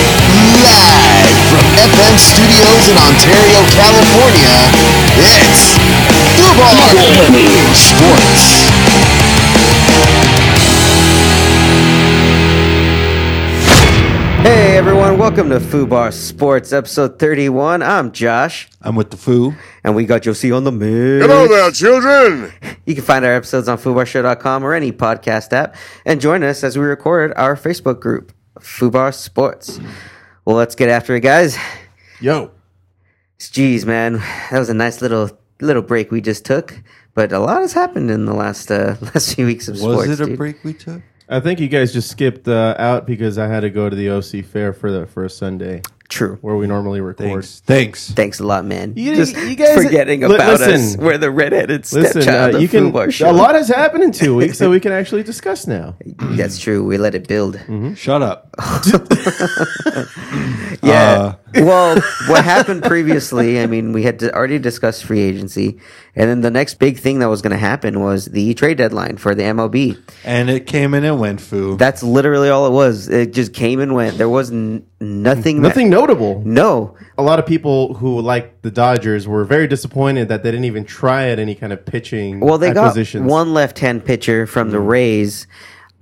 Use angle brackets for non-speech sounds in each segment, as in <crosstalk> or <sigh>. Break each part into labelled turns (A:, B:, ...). A: Live from FM Studios in Ontario, California, it's Football Sports.
B: Hey everyone, welcome to Fubar Sports episode 31. I'm Josh,
C: I'm with the foo.
B: and we got Josie on the mix.
D: Hello there, children.
B: <laughs> You can find our episodes on FubarShow.com or any podcast app, and join us as we record our Facebook group, Fubar Sports. Well, let's get after it, guys.
C: Yo.
B: Jeez, man, that was a nice little little break we just took, but a lot has happened in the last uh, <laughs> last few weeks of
C: Was
B: sports.
C: it a
B: dude.
C: break we took?
E: I think you guys just skipped uh, out because I had to go to the OC fair for the first Sunday
B: True.
E: where we normally record.
C: Thanks. Thanks.
B: Thanks a lot, man.
E: You-
B: Just
E: you guys-
B: forgetting
E: li-
B: about us.
E: listen.
B: We're the redheaded
E: Listen,
B: stepchild
E: uh,
B: of
E: you can.
B: Fubar Show.
E: A lot has happened in two weeks, so we can actually
B: <laughs>
E: discuss now.
B: That's true. We let it build.
E: Mm-hmm.
C: Shut up.
B: <laughs>
E: Uh,
B: Yeah. well, what happened previously? I mean, we had to already discussed free agency, and then the next big thing that was going to happen was the trade deadline for the MLB.
C: And it came and it went, foo.
B: That's literally all it was. It just came and went. There was n- nothing. that-
E: Nothing notable.
B: no.
E: A lot of people who like the Dodgers were very disappointed that they didn't even try at any kind of pitching.
B: Well, they got
E: acquisitions. Mm-hmm.
B: one left-hand pitcher from the Rays.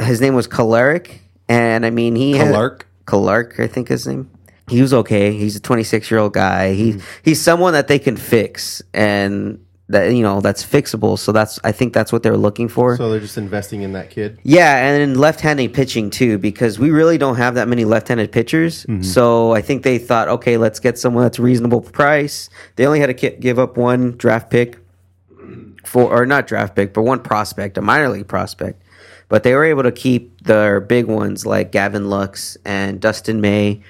B: His name was Kalarick, and I mean he had-
C: Clark.
B: Clark, I think his name. He was okay. He's a 26 year old guy. He
E: Mm-hmm.
B: he's someone that they can fix and that you know that's fixable. So that's I think that's what they're looking for.
E: So they're just investing in that kid.
B: yeah, and in left-handed pitching too, because we really don't have that many left-handed pitchers.
C: Mm-hmm.
B: So I think they thought, okay, let's get someone that's a reasonable price. They only had to ki- give up one draft pick for, or not draft pick, but one prospect, a minor league prospect. But they were able to keep their big ones like Gavin Lux and Dustin May,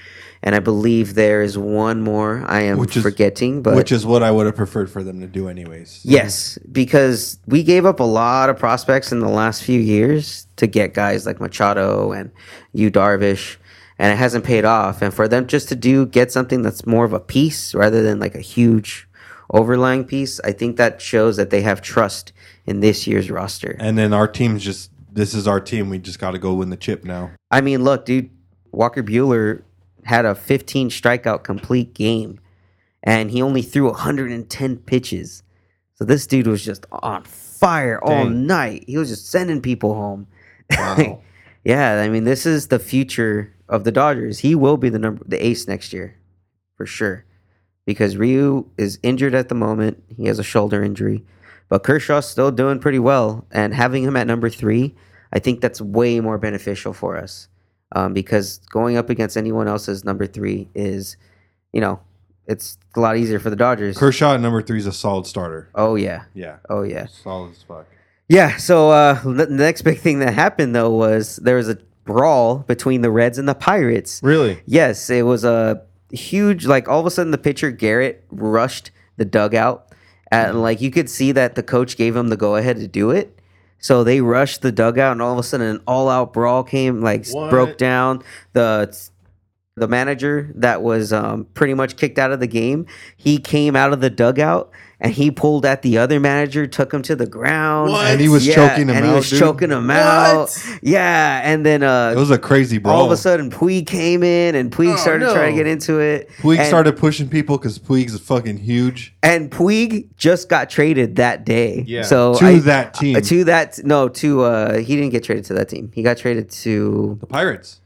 B: and I believe there is one more I am
C: Which is-
B: forgetting, but
C: Which is what I would have preferred for them to do, anyways.
B: Yes, because we gave up a lot of prospects in the last few years to get guys like Machado and Yu Darvish, and it hasn't paid off. And for them just to do get something that's more of a piece rather than like a huge overlying piece, I think that shows that they have trust in this year's roster.
C: And then our team's just, this is our team. We just got to go win the chip now.
B: I mean, look, dude, Walker Bueller had a 15 strikeout complete game, and he only threw 110 pitches. So this dude was just on fire all
E: Dang.
B: night. He was just sending people home. Wow. <laughs> yeah, I mean, this is the future of the Dodgers. He will be the number the ace next year, for sure. Because Ryu is injured at the moment. He has a shoulder injury. But Kershaw's still doing pretty well. And having him at number three, I think that's way more beneficial for us. Um, because going up against anyone else as number three is, you know, it's a lot easier for the Dodgers.
C: Kershaw at number three is a solid starter.
B: oh, yeah.
C: Yeah.
B: Oh, yeah.
C: Solid as fuck.
B: Yeah. So uh, the the next big thing that happened though was there was a brawl between the Reds and the Pirates.
E: Really?
B: Yes, it was a huge. Like all of a sudden, the pitcher Garrett rushed the dugout, and like you could see that the coach gave him the go ahead to do it. So they rushed the dugout, and all of a sudden, an all out brawl came. Like s- broke
E: What?
B: down the the manager that was um, pretty much kicked out of the game. He came out of the dugout and he pulled at the other manager, took him to the ground.
C: What? And he was choking him
B: and he
C: out,
B: was
C: dude?
B: choking him out. Yeah, and then uh,
C: It was a crazy brawl.
B: all of a sudden Puig came in and Puig started
E: Oh. no.
B: trying to get into it.
C: Puig
B: and,
C: started pushing people because Puig's fucking huge.
B: and Puig just got traded that day.
E: Yeah.
B: So
C: To
B: I-
C: that team.
B: uh, to that no to uh he didn't get traded to that team. He got traded to
C: The Pirates.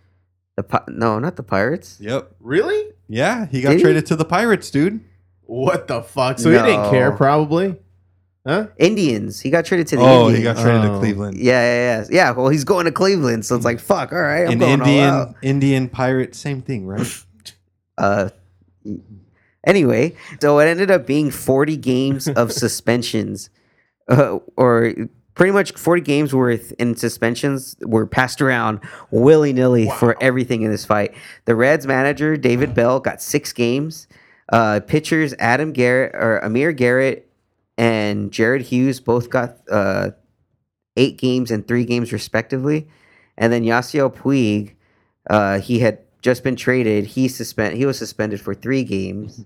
B: the Pi- no not the Pirates.
C: Yep.
E: Really?
C: Yeah. He got
B: Did he?
C: traded to the Pirates, dude.
E: What the fuck? So
B: No.
E: he didn't care, probably. Huh?
B: Indians. He got traded to the
C: Oh,
B: Indians.
C: he got traded to
E: Oh.
C: Cleveland.
B: yeah, yeah, yeah, yeah. Well, he's going to Cleveland, so it's like fuck. All right, I'm
C: An
B: going all out.
C: Indian Indian pirate, same
B: <laughs>
C: thing, right?
B: uh anyway so it ended up being 40 games of suspensions uh, or pretty much 40 games worth in suspensions were passed around willy-nilly for everything in this fight the reds manager david bell got six games uh, pitchers adam garrett or amir garrett and jared hughes both got uh, eight games and three games respectively and then yasiel puig uh, he had just been traded. He suspend he was suspended for three games.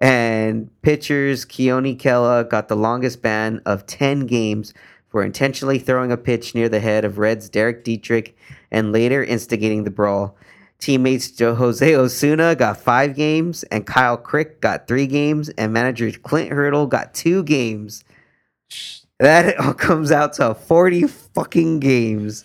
B: And pitchers Keone Kella got the longest ban of ten games for intentionally throwing a pitch near the head of Reds Derek Dietrich and later instigating the brawl. Teammates Jo- Jose Osuna got five games, and Kyle Crick got three games, and manager Clint Hurdle got two games. That <laughs> all comes out to forty fucking games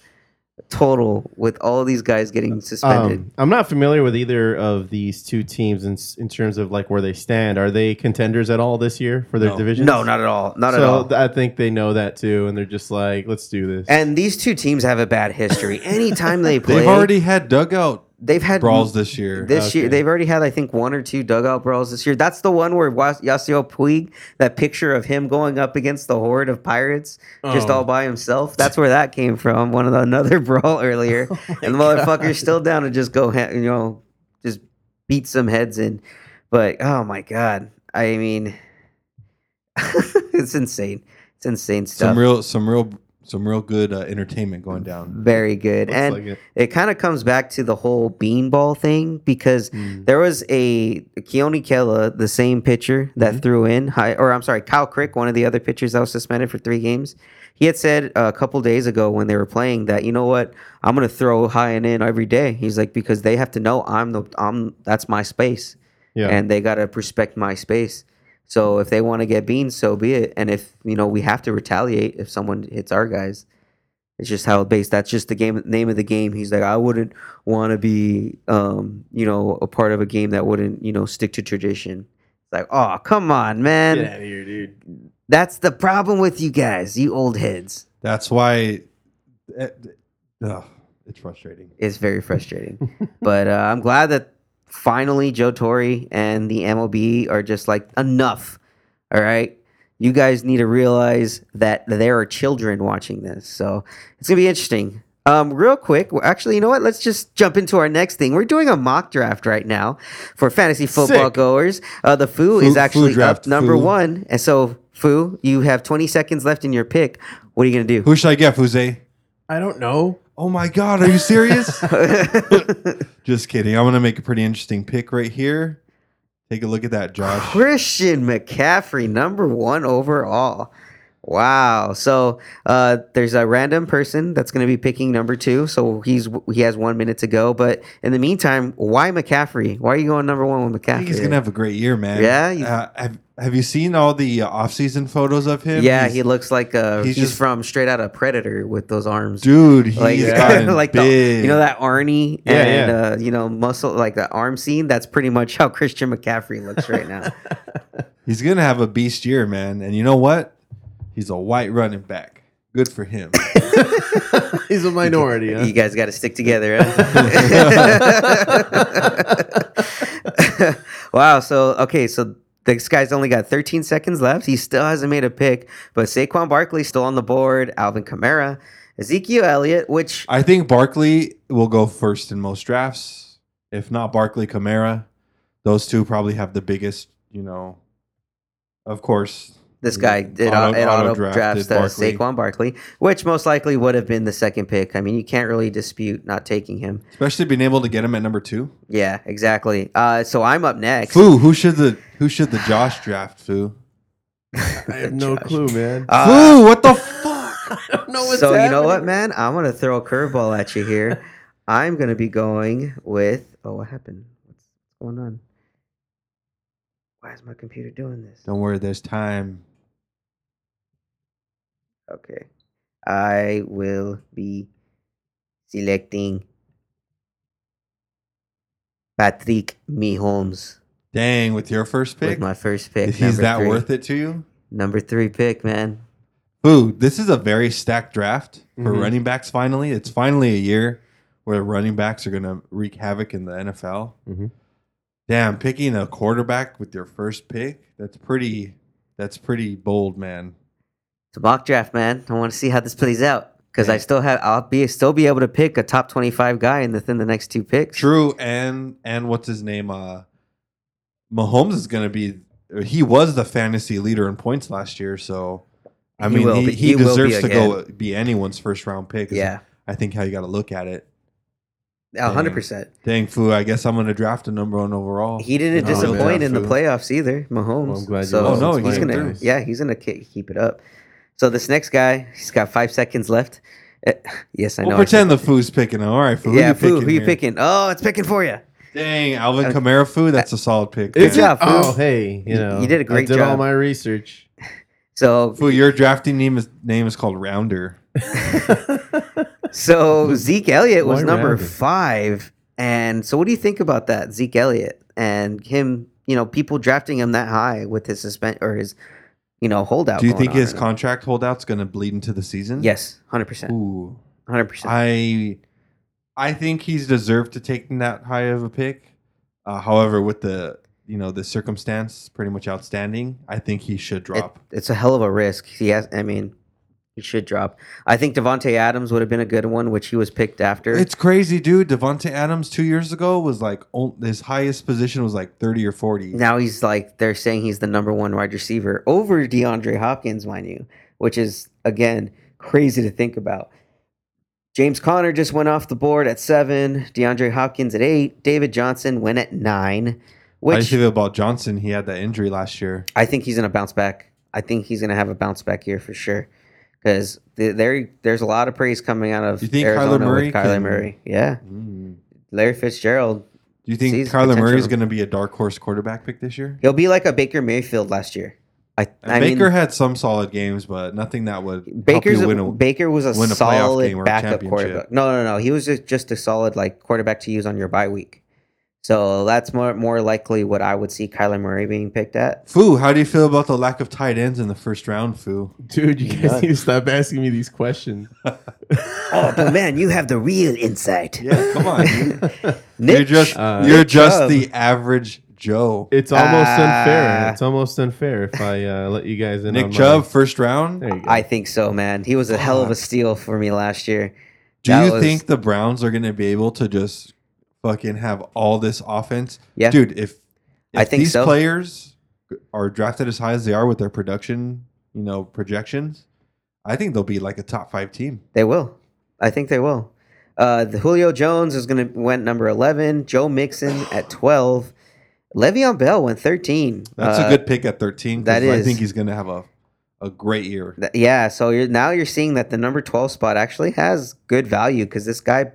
B: total with all these guys getting suspended.
E: Um, I'm not familiar with either of these two teams in, s- in terms of like where they stand. Are they contenders at all this year for their
C: No.
E: division?
B: No, not at all. Not at all.
E: So th- I think they know that too, and they're just like, let's do this.
B: and these two teams have a bad
C: <laughs>
B: history. Anytime they play,
C: They've already had dugout
B: they've had
C: brawls this year. Uh,
B: This year,
E: Okay.
B: they've already had I think one or two dugout brawls this year. That's the one where Was- Yasiel Puig, that picture of him going up against the horde of pirates, just
C: Oh.
B: all by himself. That's where that came from. One of the, another <laughs> brawl
C: <laughs>
B: earlier,
C: Oh
B: and the motherfucker's still down to just go, he- you know, just beat some heads in. But oh my god, I mean, <laughs> it's insane. It's insane stuff.
C: some real, some real, some real good uh, entertainment going down.
B: Very good.
E: Looks
B: and
E: like it.
B: it kind of comes back to the whole beanball thing because
E: Hmm.
B: there was a Keone Kella, the same pitcher that threw in, high, or I'm sorry, Kyle Crick, one of the other pitchers that was suspended for three games. He had said a couple days ago when they were playing that you know what I'm gonna throw high and in every day. He's like because they have to know I'm the I'm that's my space
E: Yeah.
B: and they gotta respect my space. So if they want to get beans, so be it. And if you know we have to retaliate if someone hits our guys, it's just how it based. That's just the game name of the game. He's like, I wouldn't want to be, um, you know, a part of a game that wouldn't, you know, stick to tradition. It's like, oh, come on, man.
E: Get out of here, dude.
B: That's the problem with you guys, you old heads.
C: That's why uh, uh, it's frustrating.
B: It's very
C: <laughs>
B: frustrating. but uh, I'm glad that finally Joe Torre and the MLB are just like, enough. All right. You guys need to realize that there are children watching this. So it's going to be interesting. Um, real quick, well, actually, you know what? Let's just jump into our next thing. We're doing a mock draft right now for fantasy football
E: Sick.
B: goers. Uh, the foo,
C: Foo-
B: is
C: Foo
B: actually up
C: draft,
B: number
C: Foo.
B: one. And so, foo, you have 20 seconds left in your pick. What are you going to do?
C: Who should I get, Jose?
E: I don't know. <laughs>
C: Oh my God, are
B: <laughs>
C: you serious? Just kidding. I'm gonna make a pretty interesting pick right here. Take a look at that, Josh.
B: Christian McCaffrey, number one overall. Wow. So uh, there's a random person that's going to be picking number two. So he's he has one minute to go. But in the meantime, why McCaffrey? Why are you going number one with McCaffrey?
C: I think he's gonna have a great year, man.
B: Yeah, you-
C: Uh, have Have you seen all the uh, off-season photos of him?
B: yeah,
C: He's-
B: he looks like uh, he's,
C: he's just-
B: from straight out of Predator with those arms.
C: dude, he's
B: <laughs> like,
C: gotten
B: like the,
C: big.
B: you know that Arnie
E: Yeah,
B: and
E: yeah.
B: Uh, you know muscle like the arm scene. That's pretty much how Christian McCaffrey looks right
C: <laughs>
B: now.
C: He's gonna have a beast year, man. And you know what? He's a white running back. Good for
B: <laughs>
C: him.
E: He's a minority. huh?
B: You guys got to stick together. huh? wow. So okay. So this guy's only got 13 seconds left. He still hasn't made a pick, but Saquon Barkley's still on the board. Alvin Kamara, Ezekiel Elliott, which
C: I think Barkley will go first in most drafts. If not Barkley, Kamara, those two probably have the biggest. You know, of course.
B: this guy did
C: Auto-
B: auto, it auto
C: auto-drafted
B: drafts uh,
C: Barkley.
B: Saquon Barkley, which most likely would have been the second pick. I mean, you can't really dispute not taking him.
C: Especially being able to get him at number two.
B: Yeah, exactly. Uh, so I'm up next.
C: Foo, who should the who should the Josh draft? Foo.
E: I have
B: <laughs>
E: no clue, man.
B: Uh,
C: Foo, what the fuck?
B: so you know what, man? I'm gonna throw a curveball at you here. I'm gonna be going with. Oh, what happened? What's going on? Why is my computer doing this?
C: Don't worry, there's time.
B: Okay, I will be selecting Patrick Mahomes
C: Dang, with your first
B: with
C: pick,
B: my first pick.
C: he's
B: number
C: that
B: three.
C: worth it to you?
B: Number three pick, man.
C: Ooh, this is a very stacked draft for
B: Mm-hmm.
E: Mhm.
C: running backs. Finally, it's finally a year where running backs are going to wreak havoc in the NFL.
B: Mm-hmm.
E: Mhm.
C: Damn, picking a quarterback with your first pick—that's pretty. That's pretty bold, man.
B: It's a mock draft, man. I want to see how this plays out because I still have. I'll be still be able to pick a top twenty-five guy in the in the next two picks.
C: True, and and what's his name? Uh, Mahomes is going to be. He was the fantasy leader in points last year, so I
B: He
C: mean,
B: will
C: he,
B: be-
C: he,
B: he will
C: deserves
B: be
C: to go be anyone's first round pick. is
B: Yeah,
C: I think how you got to look at it.
B: a hundred percent.
C: Dang, foo! I guess I'm going to draft a number one overall.
B: He didn't
E: No,
B: disappoint
C: yeah,
B: in the
C: Fu.
B: playoffs either, Mahomes.
E: Well, I'm glad you
B: so
E: lost.
C: Oh, no,
B: he's
C: he
B: gonna.
C: did.
B: Yeah, he's gonna ki- keep it up. So this next guy, he's got five seconds left. Eh, yes, I know.
C: We'll
B: I
C: pretend the foo's picking. All right, foo.
B: said- yeah,
C: who
B: Fu,
C: you picking?
B: who you
C: here?
B: picking? Uh, Oh, it's picking for you.
C: Dang, Alvin Kamara foo. That's a solid pick.
B: Good
C: man.
B: job, Fu.
E: Oh, hey, you know,
B: you did a great
E: I did all
B: job.
E: my research.
C: <laughs>
B: So,
C: Foo, your drafting name is name is called Rounder.
B: so Zeke Elliott was
E: Why
B: number
E: rabbit?
B: five, and so what do you think about that, Zeke Elliott, and him? You know, people drafting him that high with his suspend or his, you know, holdout.
C: Do you
B: going
C: think
B: Oh, on
C: his
B: right now.
C: contract holdout's going to bleed into the season?
B: Yes, hundred percent,
C: Ooh.
B: hundred percent.
C: I I think he's deserved to take that high of a pick. Uh, however, with the you know the circumstance pretty much outstanding, I think he should drop.
B: It's a hell of a risk. He has. I mean, he should drop. I think Devonte Adams would have been a good one, which he was picked after.
C: it's crazy, dude. Devonte Adams two years ago was like on, his highest position was like thirty or forty.
B: now he's like they're saying he's the number one wide receiver over DeAndre Hopkins, mind you, which is again crazy to think about. James Conner just went off the board at seven. DeAndre Hopkins at eight. David Johnson went at nine,
C: Which, I
B: which
C: feel about Johnson. He had that injury last year.
B: I think he's gonna bounce back. I think he's gonna have a bounce back year for sure. Because there, there's a lot of praise coming out of
C: You think Kyler
B: Arizona
C: Murray
B: with Kyler
C: can-
B: Murray. Yeah, Larry Fitzgerald.
C: Do you think
B: Sees
C: Kyler
B: Mm. potential.
C: Murray's going to be a dark horse quarterback pick this year?
B: He'll be like a Baker Mayfield last year. I, I mean,
C: Baker had some solid games, but nothing that would
B: Baker's
C: help you
B: a,
C: win a
B: Baker was a
C: win a playoff
B: solid
C: game or a
B: backup
C: championship.
B: quarterback. No, no, no. He was just, just a solid like quarterback to use on your bye week. So that's more more likely what I would see Kyler Murray being picked at.
C: Foo, how do you feel about the lack of tight ends in the first round, Foo?
E: Dude, you guys need to stop asking me these questions.
B: Oh, but man, you have the real insight.
C: Yeah, come on. dude.
B: Nick,
C: <laughs> you're just
E: Uh,
C: you're
B: Nick
C: just
B: Chubb.
C: the average Joe.
E: It's almost unfair.
B: Ah.
E: It's almost unfair if I uh, let you guys in. on
C: Nick
E: my-
C: Chubb, first round.
E: There you go.
B: I think so, man. He was a hell of a steal for me last year.
C: Do
B: That
C: you
B: was-
C: think the Browns are going to be able to just fucking have all this offense?
B: Yeah.
C: dude. If,
B: I
C: if
B: think
C: these
B: so.
C: players are drafted as high as they are with their production, you know, projections, I think they'll be like a top five team.
B: They will. I think they will. Uh, the Julio Jones is going to went number eleven. Joe
C: <sighs>
B: Mixon at twelve. Le'Veon Bell went thirteen.
C: That's
B: Uh,
C: a good pick at thirteen. 'cause
B: that
C: I
B: is.
C: think he's going to have a a great year.
B: Th- Yeah, so you're now you're seeing that the number twelve spot actually has good value because this guy,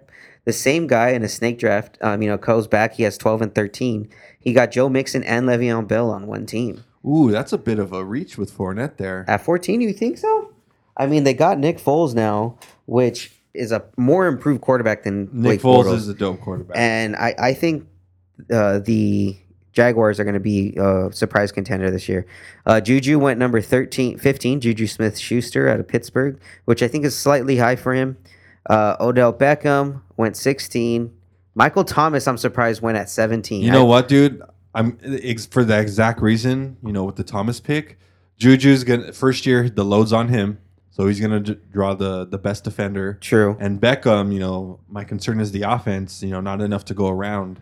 B: the same guy in a snake draft, um, you know, goes back. He has twelve and thirteen. He got Joe Mixon and Le'Veon Bell on one team
C: Ooh, that's a bit of a reach with Fournette there.
B: at fourteen. You think so? I mean, they got Nick Foles now, which is a more improved quarterback than Blake
C: Nick Foles
B: Bortles.
C: is a dope quarterback.
B: and I I think uh, the Jaguars are going to be a surprise contender this year. Uh, Juju went number 13, 15, Juju Smith Schuster out of Pittsburgh, which I think is slightly high for him. Uh, Odell Beckham went 16. Michael Thomas, I'm surprised, went at 17.
C: You know what, dude? I'm ex- for the exact reason. You know, with the Thomas pick, Juju's gonna first year the loads on him, so he's gonna d- draw the the best defender.
B: True.
C: And Beckham, you know, my concern is the offense. You know, not enough to go around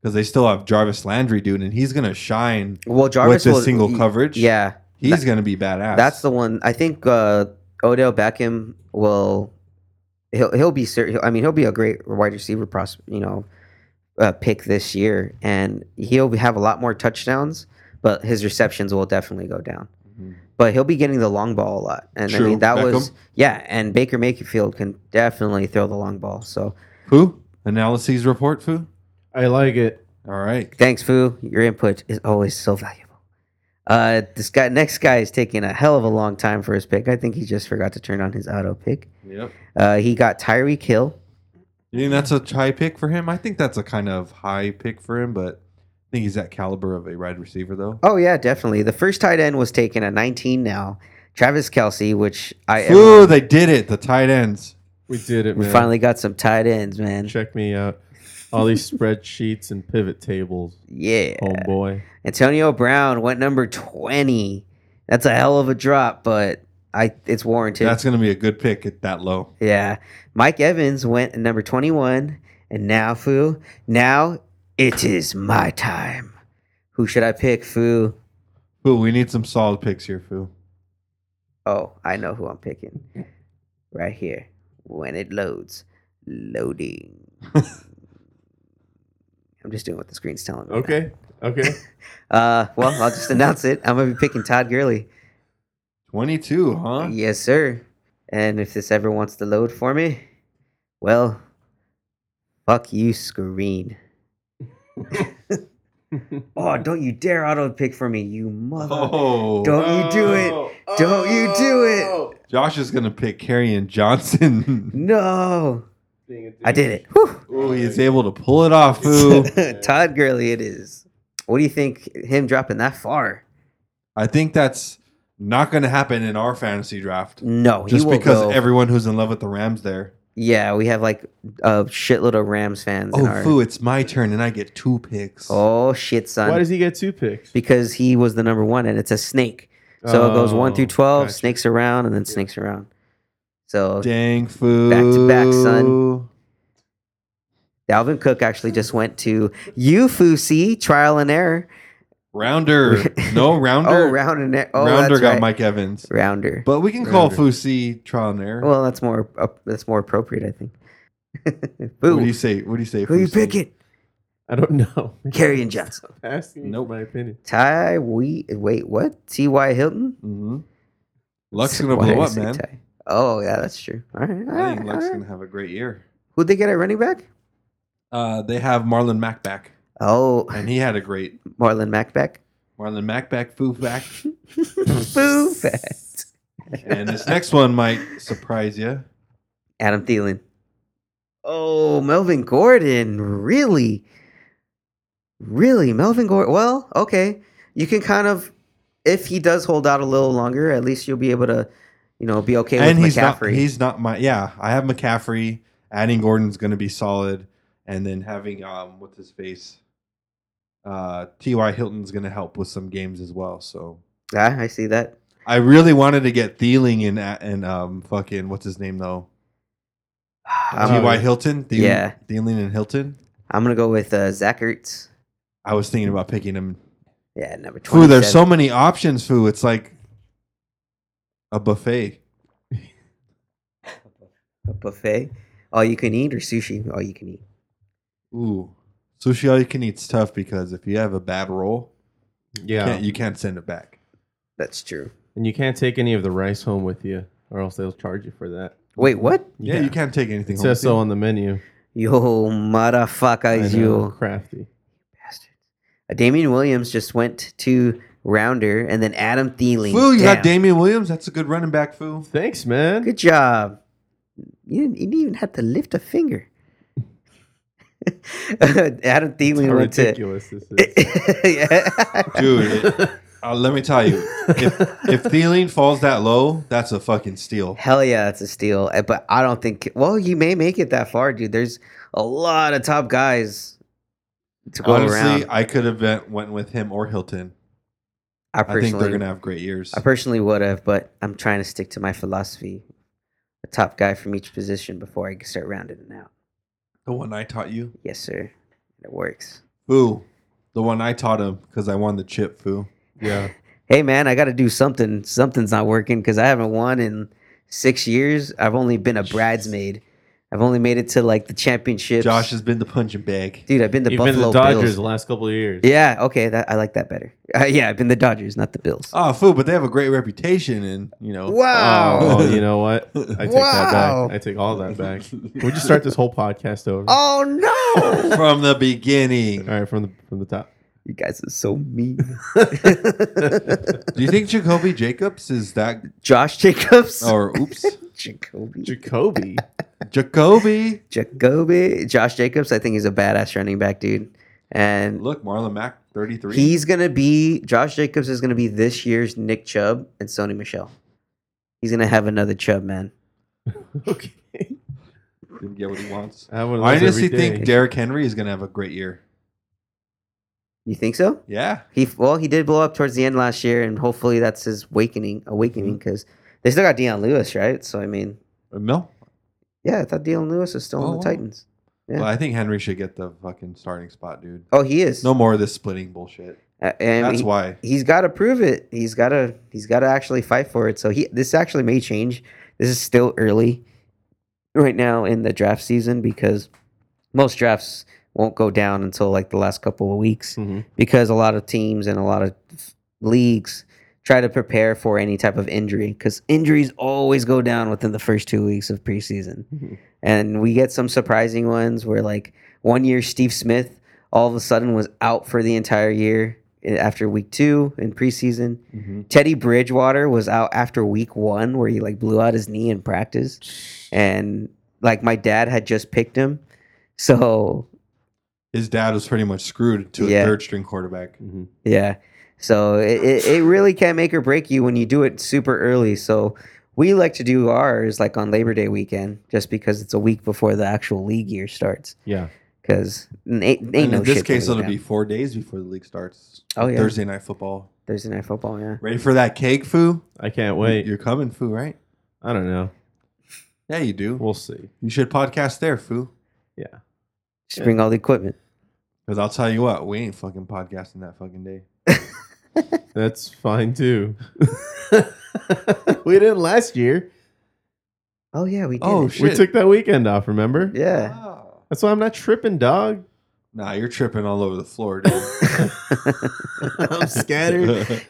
C: because they still have Jarvis Landry, dude, and he's gonna shine
B: Well, Jarvis
C: with
B: will-
C: this single
B: he-
C: coverage.
B: Yeah.
C: he's gonna be badass.
B: That's the one. I think uh, Odell Beckham will he'll he'll be ser- I mean he'll be a great wide receiver pros you know uh, pick this year, and he'll have a lot more touchdowns, but his receptions will definitely go down. But he'll be getting the long ball a lot, and I
C: Mm-hmm. True,
B: mean that was
C: Beckham.
B: yeah. And Baker Mayfield can definitely throw the long ball. So
C: who analyses report. Foo.
E: I like it.
C: All right.
B: thanks, Foo. Your input is always so valuable. Uh, this guy, next guy, is taking a hell of a long time for his pick. I think he just forgot to turn on his auto pick.
C: Yep.
B: Uh, he got Tyreek Hill.
C: You think that's a high pick for him? I think that's a kind of high pick for him, but think he's that caliber of a wide receiver, though.
B: Oh yeah, definitely. The first tight end was taken at 19. Now Travis Kelsey, which I am-
C: Ooh, they did it. The tight ends.
E: We did it,
B: we
E: man.
B: finally got some tight ends, man.
E: check me out. All these spreadsheets and pivot tables,
B: Yeah,
E: homeboy.
B: Antonio Brown went number 20. That's a hell of a drop, but I it's warranted.
C: That's going to be a good pick at that low.
B: yeah, Mike Evans went at number 21, and now Foo, now it is my time. Who should I pick, Foo?
C: Ooh, we need some solid picks here, Foo.
B: Oh, I know who I'm picking. Right here. When it loads. Loading. I'm just doing what the screen's telling me. now.
E: Okay, okay.
B: Uh, well, I'll just announce it. I'm going to be picking Todd Gurley.
C: 22, huh?
B: Yes, sir. And if this ever wants to load for me, well, fuck you, screen. <laughs> oh, don't you dare auto pick for me, you mother.
C: Oh.
B: Don't you do it.
E: Oh,
B: Don't you do it.
C: Josh is going to pick
B: <laughs>
C: Carrion Johnson.
B: No. I did it. Whew.
C: Ooh, he's able to pull it
B: <laughs>
C: off, Foo.
B: Todd Gurley, it is. What do you think? Him dropping that far?
C: I think that's not going to happen in our fantasy draft.
B: No, he
C: Just
B: will
C: because
B: go.
C: everyone who's in love with the Rams there.
B: yeah, we have like a shitload of Rams fans. in
C: Oh,
B: our,
C: Foo, it's my turn, and I get two picks.
B: oh shit, son!
E: Why does he get two picks?
B: because he was the number one, and it's a snake. So it goes one
E: Oh,
B: through twelve,
E: gotcha.
B: snakes around, and then snakes around. So
C: Dang, Foo.
B: Back to back, son. Dalvin Cook actually just went to you, Fusi, trial and error. <laughs>
C: Rounder. No, Rounder.
B: Oh, round and error. Oh,
C: Rounder
B: that's
C: got
B: right.
C: Mike Evans.
B: Rounder.
C: But we can call Fusi trial and error.
B: Well, that's more uh, that's more appropriate, I <laughs> think. Boo.
C: what do you say? What do you say?
B: Who you
C: Fusi?
B: picking?
E: I don't know. <laughs>
B: Kerry and Johnson.
E: Asking me
C: Nope.
E: for my opinion.
B: Ty we wait what? T. Y. Hilton. <laughs>
C: Mhm. Luck's
B: So
C: gonna
B: why did
C: blow
B: I
C: up,
B: say
C: man.
B: Ty? Oh yeah, that's true. All right, all
C: I
B: right,
C: think
B: all
C: Luck's
B: right.
C: gonna have a great year.
B: Who'd they get at running back?
C: Uh, they have Marlon Mack back,
B: Oh,
C: and he had a great
B: Marlon Mack back.
C: Marlon Mack back,
B: <laughs>
C: Foo back.
B: Boo fact.
C: and this next one might surprise you.
B: Adam Thielen. Oh, Melvin Gordon. Really? Really? Melvin Gordon. Well, okay. You can kind of, if he does hold out a little longer, at least you'll be able to, you know, be okay
C: and
B: with
C: he's
B: McCaffrey.
C: not he's not my yeah. I have McCaffrey. Adding Gordon's gonna be solid, and then having um what's his face, uh T Y Hilton's gonna help with some games as well. So
B: yeah, Ah, I see that.
C: I really wanted to get Thieling and and um fucking what's his name though T
B: I'm,
C: Y Hilton Thieling,
B: Yeah.
C: Thieling and
B: Um,
C: Hilton.
B: I'm going to go with uh, Zach Ertz.
C: I was thinking about picking him.
B: Yeah, number 27.
C: Foo, there's so many options. Foo, it's like a buffet.
B: A buffet. All you can eat or sushi? All you can eat.
C: Ooh, sushi all you can eat's tough because if you have a bad roll,
E: Yeah,
C: can't, you can't send it back.
B: That's true.
E: and you can't take any of the rice home with you, or else they'll charge you for that.
B: Wait, what?
C: Yeah, you can't take anything.
E: It
C: home
E: says
C: with you.
E: so on the menu.
B: Yo,
E: I
B: motherfuckers,
E: know,
B: you.
E: crafty.
B: Bastards. Uh, Damian Williams just went to Rounder, and then Adam Thielen.
C: Foo, you
B: Damn.
C: got Damian Williams. That's a good running back, Foo.
E: Thanks, man.
B: Good job. You didn't, you didn't even have to lift a finger. <laughs> Adam Thielen
E: How
B: went to.
E: ridiculous this
B: <laughs>
E: is.
B: yeah.
C: Dude, it- <laughs> uh, let me tell you,
B: <laughs>
C: if, if Thielen falls that low, that's a fucking steal.
B: Hell yeah, that's a steal. Uh, But I don't think. Well, you may make it that far, dude. There's a lot of top guys to go
C: Honestly,
B: around.
C: I could have been, went with him or Hilton.
B: I
C: I think they're
B: personally,
C: gonna have great years.
B: I personally would have, but I'm trying to stick to my philosophy: a top guy from each position before I start rounding it out.
C: The one I taught you,
B: Yes, sir. It works.
C: Foo. The one I taught him because I won the chip, Foo.
E: yeah.
B: Hey, man, I got to do something. Something's not working because I haven't won in six years. I've only been a bridesmaid. I've only made it to like the championships.
C: Josh has been the punching bag.
B: dude, I've been the
E: You've been
B: Buffalo
E: the Dodgers
B: Bills.
E: the last couple of years.
B: Yeah, okay, that I like that better. <laughs> Uh, yeah, I've been the Dodgers, not the Bills.
C: Oh, Foo, but they have a great reputation, and you know,
B: Wow.
E: Oh, you know what? I take that
B: Wow.
E: back. I take all
B: <laughs>
E: that back. We just start this whole podcast over.
B: Oh no!
E: <laughs>
C: from the beginning.
E: All right, from the from the top.
B: you guys are so
E: <laughs>
B: mean.
C: Do you think Jacoby Jacobs is that?
B: Josh Jacobs,
C: Or oops,
B: Jacoby.
E: Jacoby.
C: Jacoby.
B: Jacoby, Josh Jacobs, I think he's a badass running back, dude. And
C: Look, Marlon Mack, 33.
B: he's gonna be Josh Jacobs is gonna be this year's Nick Chubb and Sony Michelle. He's gonna have another Chubb, man.
E: okay.
C: Didn't get what he wants.
E: I, would
C: I honestly think Derrick Henry is going to have a great year.
B: You think so?
C: Yeah.
B: He well, he did blow up towards the end last year, and hopefully that's his awakening, awakening,
C: Mm-hmm.
B: because they still got Deion Lewis, right? So I mean,
C: Mil?
B: yeah, I thought Deion Lewis is still on
C: Oh,
B: the
C: wow.
B: Titans. Yeah.
C: Well, I think Henry should get the fucking starting spot, dude.
B: Oh, he is.
C: No more of this splitting bullshit.
B: Uh, and
C: That's
B: he,
C: why.
B: he's got to prove it. He's got to he's got to actually fight for it. So he this actually may change. This is still early right now in the draft season because most drafts won't go down until like the last couple of weeks
E: Mhm.
B: because a lot of teams and a lot of leagues try to prepare for any type of injury because injuries always go down within the first two weeks of preseason
E: Mhm.
B: and we get some surprising ones where like one year steve smith all of a sudden was out for the entire year i- after week two in preseason
E: Mm-hmm.
B: teddy bridgewater was out after week one where he like blew out his knee in practice and like my dad had just picked him so
C: His dad was pretty much screwed to a
B: Yeah.
C: third string quarterback.
E: Mhm.
B: Yeah. So it, it, it really can make or break you when you do it super early. So we like to do ours like on Labor Day weekend just because it's a week before the actual league year starts.
E: Yeah.
B: Because ain't, ain't
C: And
B: no
C: in this
B: shit gonna
C: case,
B: go
C: it'll
B: down.
C: be four days before the league starts.
B: Oh, yeah.
C: Thursday night football.
B: Thursday Night Football, yeah.
C: Ready for that cake, Foo?
E: I can't wait.
C: You're coming, Foo, right?
E: I don't know.
C: Yeah, you do.
E: We'll see.
C: you should podcast there, Foo.
B: Just bring all the equipment.
C: Because I'll tell you what, we ain't fucking podcasting that fucking day.
E: That's fine
C: <laughs>
E: too. we didn't last year.
B: Oh, yeah, we did.
C: Oh,
B: it.
C: shit.
E: We took that weekend off, remember?
B: yeah.
C: Oh.
E: That's why I'm not tripping, dog.
C: Nah, you're tripping all over the floor,
B: <laughs>
C: dude.
E: I'm scattered.
C: your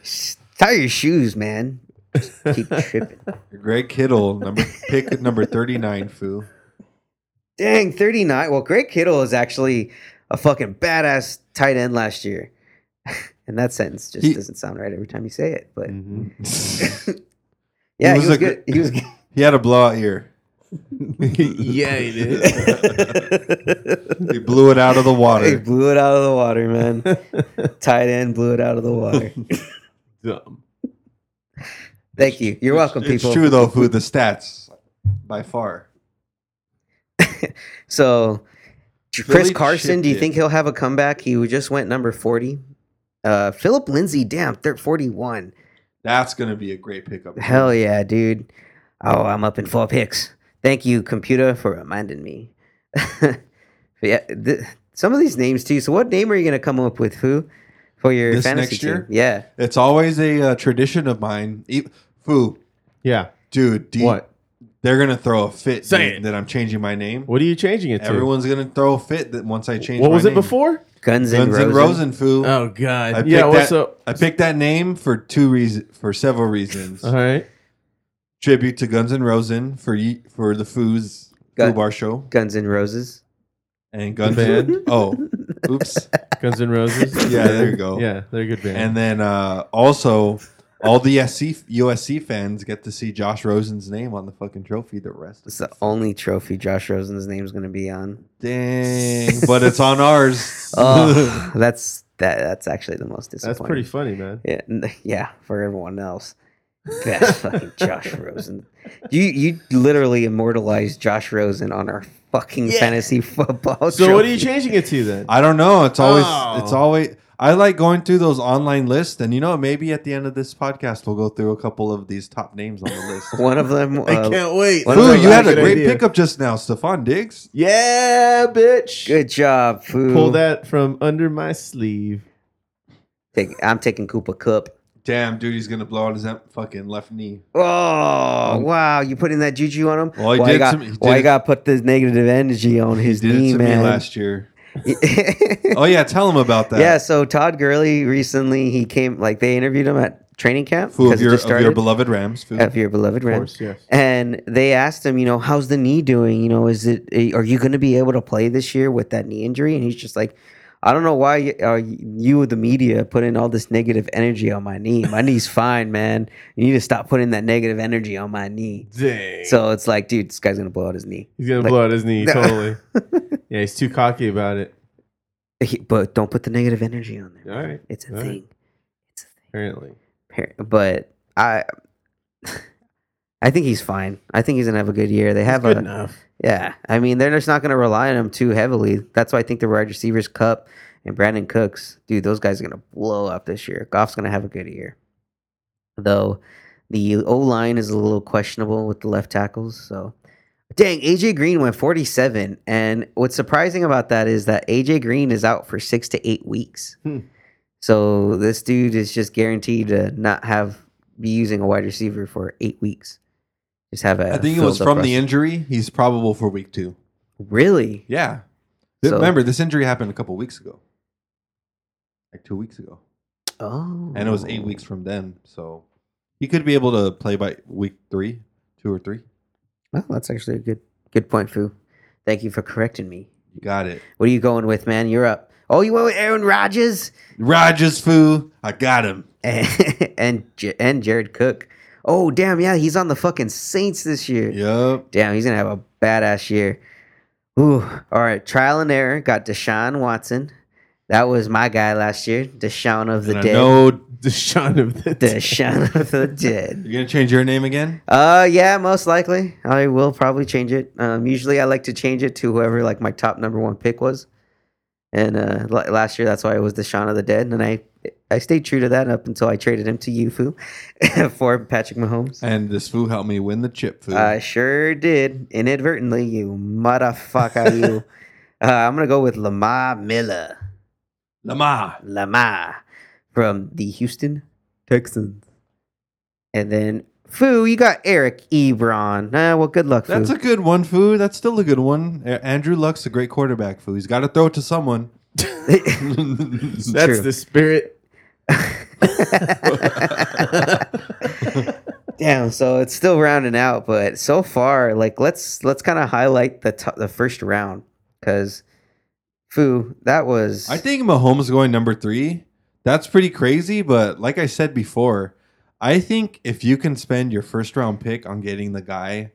B: Tie your shoes, man. Just
C: <laughs>
B: keep tripping.
C: Greg Kittle, number pick number thirty nine, foo.
B: Dang, 39. Well, Greg Kittle is actually a fucking badass tight end last year. <laughs> and that sentence just
C: He- Mm.
B: doesn't sound right every time you say it. But
C: Mm-hmm.
E: Mhm.
B: yeah, he
C: was
B: was,
C: a gr-
B: good. He
C: <laughs>
B: was good.
C: He had a blowout year. <laughs>
E: yeah,
B: <laughs>
E: he did.
C: He blew it out of the
B: He
C: water.
B: blew it out of the water, man. tight end blew it out of the
C: <laughs>
B: water.
E: Dumb.
B: Thank you. You're welcome,
C: It's
B: people.
C: true though, foo. The stats, by far.
B: So, Chris
C: Philly
B: Carson, do you
C: shifted.
B: think he'll have a comeback? He just went number 40. Uh, Philip Lindsay, damn, thir 41.
C: That's gonna be a great pickup. too.
B: Hell yeah, dude. Oh, I'm up in four picks. Thank you, computer, for reminding me. <laughs> But yeah, th- some of these names too. So, what name are you going to come up with? Who for your
C: This
B: fantasy
C: next
B: team?
C: year?
B: Yeah,
C: It's always a uh, tradition of mine. E- foo,
E: Yeah.
C: dude. Do you-
E: What?
C: They're gonna throw a fit.
E: Say
C: dude,
E: it.
C: that I'm changing my name.
E: What are you changing it to?
C: Everyone's gonna throw a fit that once I change.
E: what
C: my
E: was it
C: name.
E: before?
B: Guns and
C: Guns
B: Roses.
C: and Rosen, foo.
E: Oh
C: I
E: God.
C: picked
E: Yeah. What's
C: that,
E: up?
C: I picked that name for two reasons, for several reasons.
E: All right.
C: Tribute to Guns N' Rosen for ye- for the Foo's
B: Gun-
C: Foo Bar Show
B: Guns and Roses.
C: and Guns
E: band.
C: Oh,
E: <laughs>
C: oops.
E: Guns and Roses.
C: <laughs> Yeah, there you go.
E: Yeah, they're a good band.
C: And then uh, also, all the SC, USC fans get to see Josh Rosen's name on the fucking trophy. The rest
B: It's
C: is
B: the only trophy Josh Rosen's name's going to be
C: <laughs>
B: on.
C: dang, but
B: <laughs>
C: it's on ours.
B: Oh, that's that. That's actually the most disappointing.
E: That's pretty funny, man.
B: Yeah, n- <laughs> yeah, for everyone else.
C: <laughs>
B: That's fucking Josh Rosen. You you literally immortalized Josh Rosen on our fucking fantasy football.
E: So what are you
B: trophy.
E: changing it to then?
C: <laughs> I don't know. It's always
E: Oh.
C: it's always. I like going through those online lists, and you know, maybe at the end of this podcast, we'll go through a couple of these top names on the list.
B: <laughs> One of them.
C: <laughs>
B: Uh,
E: wait.
B: One of
C: Ooh,
B: them
C: you had a
B: Good
C: great pickup just now, Stefan Diggs.
E: Yeah, bitch.
B: good job, Foo.
E: Pull that from under my sleeve.
B: Take- I'm taking Koopa Cup.
C: Damn, dude, he's gonna blow out his em- fucking left knee.
B: Oh wow! You putting that juju on him?
C: Um, Well, he
B: Why
C: did
B: you got,
C: to me- he
B: why
C: did
B: you
C: it-
B: got put the negative energy on
C: He
B: his
C: did
B: knee,
C: it to
B: man?
C: me
B: <laughs>
C: last year. Oh yeah, tell him about that.
B: yeah. So Todd Gurley recently he came like they interviewed him at training camp
C: Foo of
B: because it
C: your,
B: just
C: of your
B: started.
C: beloved Rams. Foo.
B: of your beloved
E: Of
B: Rams.
E: course, yes.
B: And they asked him, you know, how's the knee doing? You know, is it eh, are you going to be able to play this year with that knee injury? And he's just like, I don't know why uh, you, the media, put in all this negative energy on my knee. My
E: <laughs>
B: knee's fine, man. You need to stop putting that negative energy on my knee.
E: Dang.
B: So it's like, dude, this guy's gonna blow out his knee.
C: <laughs>
E: he's gonna
B: like-
E: blow out his knee totally. yeah, he's too cocky about it.
B: but don't put the negative energy on there.
E: All right.
B: It's a
E: All right.
B: thing. It's a thing.
E: Apparently. <laughs>
B: Par- But I, <laughs> I think he's fine. I think he's gonna have a good year. They have
E: Good
B: a
E: enough.
B: yeah. I mean, they're just not gonna rely on him too heavily. That's why I think the wide receivers cup and Brandon Cooks, dude, those guys are gonna blow up this year. Goff's gonna have a good year, though. The O line is a little questionable with the left tackles. So, dang, AJ Green went 47, and what's surprising about that is that AJ Green is out for six to eight weeks.
E: Hmm.
B: So this dude is just guaranteed to not have be using a wide receiver for eight weeks. Just have a.
C: I think it
B: filled
C: was
B: up
C: from the
B: roster.
C: injury. He's probable for week two.
B: Really?
C: Yeah.
B: So-
C: Remember, this injury happened a couple weeks ago, like two weeks ago,
B: Oh.
C: and it was eight weeks from then. So he could be able to play by week three, two or three.
B: Well, that's actually a good good point, Foo. Thank you for correcting me.
C: You got it.
B: What are you going with, man? You're up. Oh, you went with Aaron Rodgers <laughs>
C: Rogers, foo. I got him.
B: and and, J- and Jared Cook. Oh, damn, yeah, he's on the fucking Saints this year.
C: Yep.
B: Damn, he's gonna have a badass year. Ooh, all right. Trial and error got Deshaun Watson. That was my guy last year. Deshaun of the
C: And I
B: dead.
C: know
E: Deshaun of the
B: <laughs> Deshaun of the dead.
C: you're gonna change your name again.
B: Uh, yeah, most likely. I will probably change it. Um, usually I like to change it to whoever like my top number one pick was. And uh, l- last year that's why it was the Shaun of the Dead, and I I stayed true to that up until I traded him to Yufu <laughs> for Patrick Mahomes.
C: And this foo helped me win the chip. Foo.
B: I sure did inadvertently, you motherfucker, you. Uh, I'm gonna go with Lamar Miller,
C: Lamar.
B: Lamar from the Houston Texans, and then Foo, you got Eric Ebron. Ah, well, good luck. Foo.
C: That's a good one, Foo. That's still a good one. A- Andrew Luck's a great quarterback, Foo. He's got to throw it to someone. <laughs>
E: That's
B: true.
E: the spirit.
B: <laughs> Damn, so it's still rounding out, but so far, like let's let's kind of highlight the top, the first round because, foo, that was
C: I think Mahomes going number three. That's pretty crazy, but like I said before, I think if you can spend your first round pick on getting the guy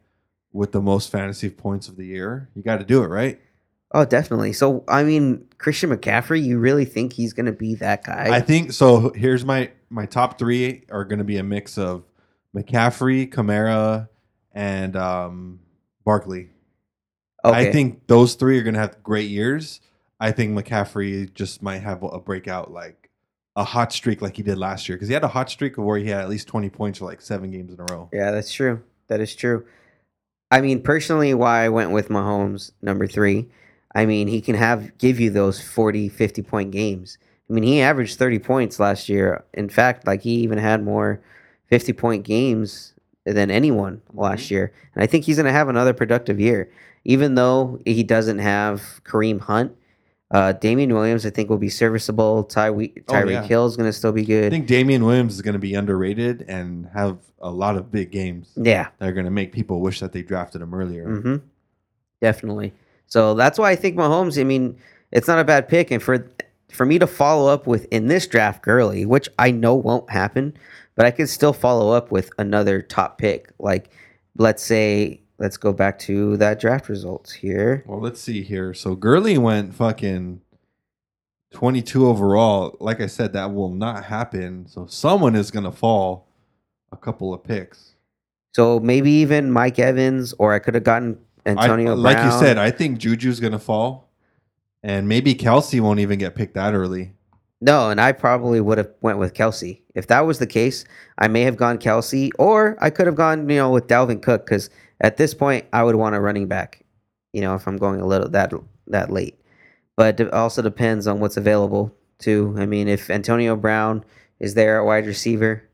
C: with the most fantasy points of the year, you got to do it, right?
B: oh definitely. So I mean, Christian McCaffrey, you really think he's gonna be that guy?
C: I think so. Here's my my top three are going to be a mix of McCaffrey, Kamara, and um, Barkley. I think those three are going to have great years. I think McCaffrey just might have a breakout, like a hot streak, like he did last year, because he had a hot streak of where he had at least twenty points for like seven games in a row.
B: Yeah, that's true. That is true. I mean, personally, why I went with Mahomes number three, I mean, he can have give you those 40, 50 point games. I mean, he averaged 30 points last year. In fact, like he even had more 50 point games than anyone
C: Mm-hmm.
B: last year. And I think he's going to have another productive year, even though he doesn't have Kareem Hunt. Uh, Damian Williams, I think, will be serviceable. Tyreek
C: Oh,
B: Tyreek
C: yeah.
B: Hill is going to still be
C: I
B: good.
C: think Damian Williams is going to be underrated and have a lot of big games
B: yeah,
C: that are going to make people wish that they drafted him earlier.
B: hmm Definitely. So that's why I think Mahomes. I mean, it's not a bad pick, and for for me to follow up with in this draft Gurley, which I know won't happen, but I could still follow up with another top pick. Like, let's say, let's go back to that draft results here.
C: Well, let's see here. So Gurley went fucking 22 overall. Like I said, that will not happen. So someone is going to fall a couple of picks.
B: So maybe even Mike Evans, or I could have gotten Antonio.
C: I, like you
B: Brown.
C: said, I think Juju's going to fall. And maybe Kelsey won't even get picked that early.
B: No, and I probably would have went with Kelsey. If that was the case, I may have gone Kelsey, or I could have gone, you know, with Dalvin Cook, because at this point I would want a running back, you know, if I'm going a little that that late. But it also depends on what's available too. I mean, if Antonio Brown is there at wide receiver,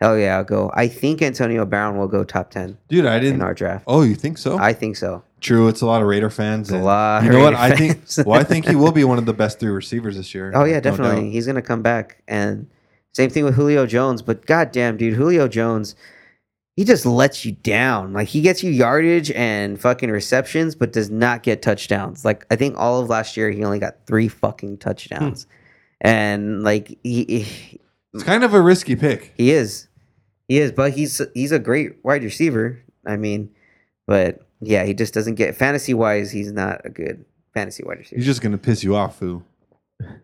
B: hell yeah, I'll go. I think Antonio Brown will go top ten
C: Dude, I
B: in
C: didn't.
B: our draft.
C: Oh, you think so?
B: I think so.
C: True, it's a lot of Raider fans.
B: It's a
C: and
B: lot
C: You
B: of
C: know what?
B: Raider
C: I think.
B: fans.
C: Well, I think he will be one of the best three receivers this year.
B: <laughs> Oh yeah,
C: Like, no
B: definitely.
C: doubt.
B: He's gonna come back. And same thing with Julio Jones. But goddamn, dude, Julio Jones, he just lets you down. Like he gets you yardage and fucking receptions, but does not get touchdowns. Like I think all of last year he only got three fucking touchdowns. And like he, he
C: It's kind of a risky pick.
B: he is, he is, but he's he's a great wide receiver. I mean, but yeah, he just doesn't get fantasy wise. He's not a good fantasy wide receiver.
C: He's just going to piss you off, foo.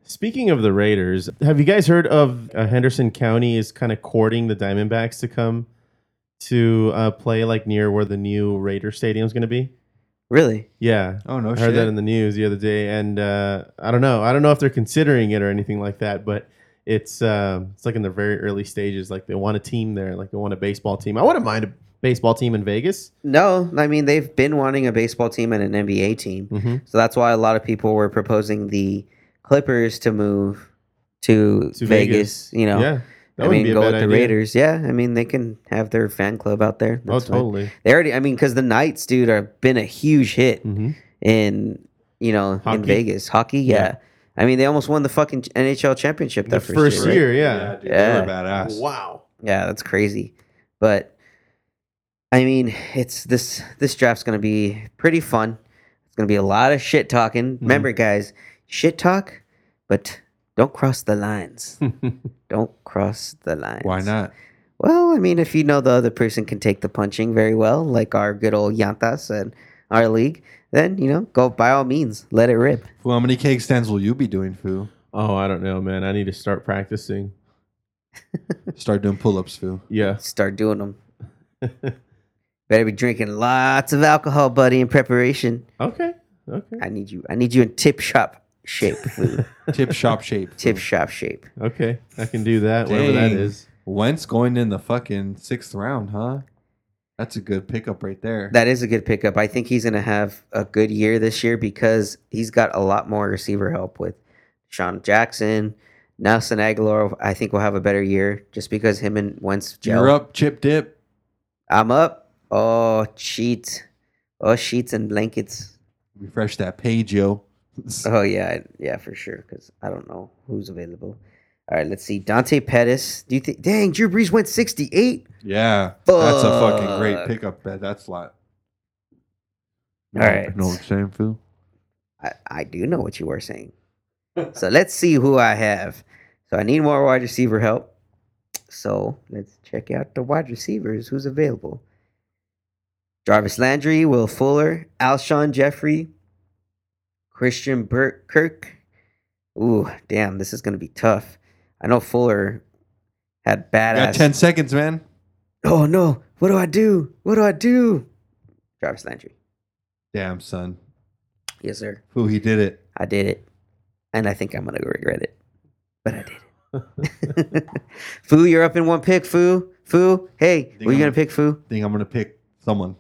E: Speaking of the Raiders, have you guys heard of uh, Henderson County is kind of courting the Diamondbacks to come to uh, play like near where the new Raider Stadium is going to be?
B: Really?
E: Yeah,
C: Oh no!
E: I
C: shit.
E: heard that in the news the other day, and uh, I don't know. I don't know if they're considering it or anything like that, but it's um it's like in the very early stages. Like they want a team there, like they want a baseball team. I wouldn't mind a baseball team in Vegas.
B: No, I mean they've been wanting a baseball team and an NBA team,
E: Mm-hmm.
B: so that's why a lot of people were proposing the Clippers to move to, Vegas, You know,
E: yeah, that
B: I
E: wouldn't
B: mean,
E: be a
B: go
E: bad
B: with
E: idea.
B: the Raiders. Yeah, I mean they can have their fan club out there.
E: Oh,
B: That's fine.
E: totally.
B: They already, I mean, because the Knights, dude, have been a huge hit
E: Mm-hmm.
B: in you know
E: Hockey.
B: in Vegas hockey. Yeah.
E: Yeah.
B: I mean they almost won the fucking NHL championship
E: The
B: that
E: first,
B: first, year. right?
E: year,
C: yeah,
E: yeah.
C: dude,
B: Yeah.
C: they were badass.
E: Wow.
B: Yeah, that's crazy. But I mean, it's this this draft's gonna be pretty fun. It's gonna be a lot of shit talking.
C: Mm-hmm.
B: Remember, guys, shit talk, but don't cross the
C: <laughs>
B: lines. don't cross the lines.
C: Why not?
B: Well, I mean, if you know the other person can take the punching very well, like our good old Yantas and our league, then you know, go by all means, let it rip.
C: Foo, how many cake stands will you be doing, Foo?
E: Oh, I don't know, man. I need to start practicing.
C: Start doing pull-ups, Foo.
E: Yeah.
B: Start doing them.
C: <laughs>
B: Better be drinking lots of alcohol, buddy, in preparation.
E: Okay. Okay.
B: I need you. I need you in tip shop
C: <laughs>
B: shape, Lou.
C: Tip shop shape.
B: tip shop shape.
E: Okay. I can do that. Whatever that
C: Dang.
E: is.
C: Wentz going in the fucking sixth round, huh? That's a good pickup right there.
B: That is a good pickup. I think he's going to have a good year this year because he's got a lot more receiver help with Sean Jackson. Nelson Aguilar, I think, will have a better year just because him and Wentz gel.
C: You're up, chip dip.
B: I'm up. Oh, cheats. Oh, sheets and blankets.
C: Refresh that page, yo.
B: Oh, yeah. Yeah, for sure. Because I don't know who's available. All right, let's see. Dante Pettis. Do you think? Dang, Drew Brees went 68.
C: Yeah, that's a fucking great
B: Fuck.
C: pickup at that slot.
B: All right.
C: know what I'm saying, Phil?
B: I, I do know what you were saying. so let's see who I have. So I need more wide receiver help. So let's check out the wide receivers who's available. Jarvis Landry, Will Fuller, Alshon Jeffrey, Christian Burt Kirk. Ooh, damn, this is gonna be tough. I know Fuller had
C: You got
B: badass.
C: ten seconds, man.
B: Oh no, what do I do? What do I do? Jarvis Landry.
C: Damn, son.
B: Yes, sir.
C: Who he did it.
B: I did it, and I think I'm gonna regret it, but I did it. <laughs> Foo, you're up in one pick. Foo, Foo, hey,
C: Think
B: were you
C: I'm-
B: gonna pick Foo?
C: Think I'm gonna pick
B: <gasps>
C: someone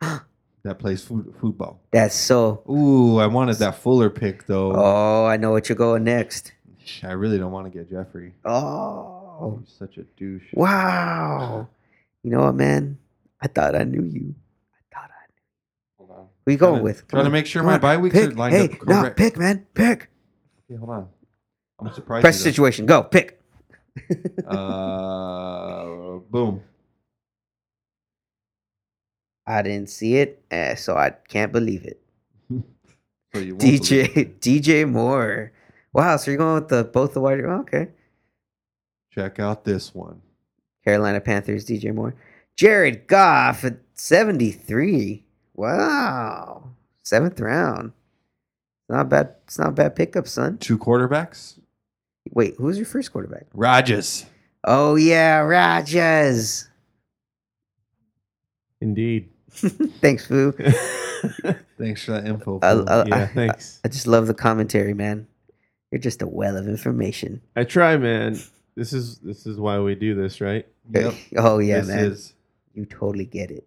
C: that plays food, football.
B: That's so.
C: Ooh, I wanted that Fuller pick though.
B: Oh, I know what you're going next.
C: Sh I really don't want to get Jeffrey.
B: Oh,
C: He's such a douche.
B: wow. You know what, man? I thought I knew you. I thought I.
C: Hold on.
B: Who you
C: Trying
B: going
C: to-
B: with?
C: trying to make sure my bye weeks
B: pick.
C: are lined
B: hey,
C: up
B: No,
C: correct.
B: pick, man, pick.
C: Okay, hold on. I'm surprised.
B: Press
C: you
B: situation. Go pick.
C: don't- Uh, boom.
B: I didn't see it, eh, so I can't believe it.
C: So you won't believe
B: <laughs> DJ
C: it.
B: DJ Moore. Wow, so you're going with the both the wide. oh, okay,
C: Check out this one.
B: Carolina Panthers DJ Moore, Jared Goff at 73. Wow, seventh round. Not bad. It's not a bad pickup, son.
C: Two quarterbacks.
B: Wait, who's your first quarterback?
C: Rogers.
B: Oh yeah, Rogers.
E: Indeed.
B: <laughs> Thanks, Foo.
C: Thanks for that info.
B: I,
C: Phil.
B: Uh, I,
E: yeah.
B: I, <laughs>
E: Thanks.
B: I just love the commentary, man. You're just a well of information.
E: I try, man. This is this is why we do this, right?
C: Yep.
B: <laughs> Oh yeah,
C: this
B: man.
C: is.
B: You totally get it.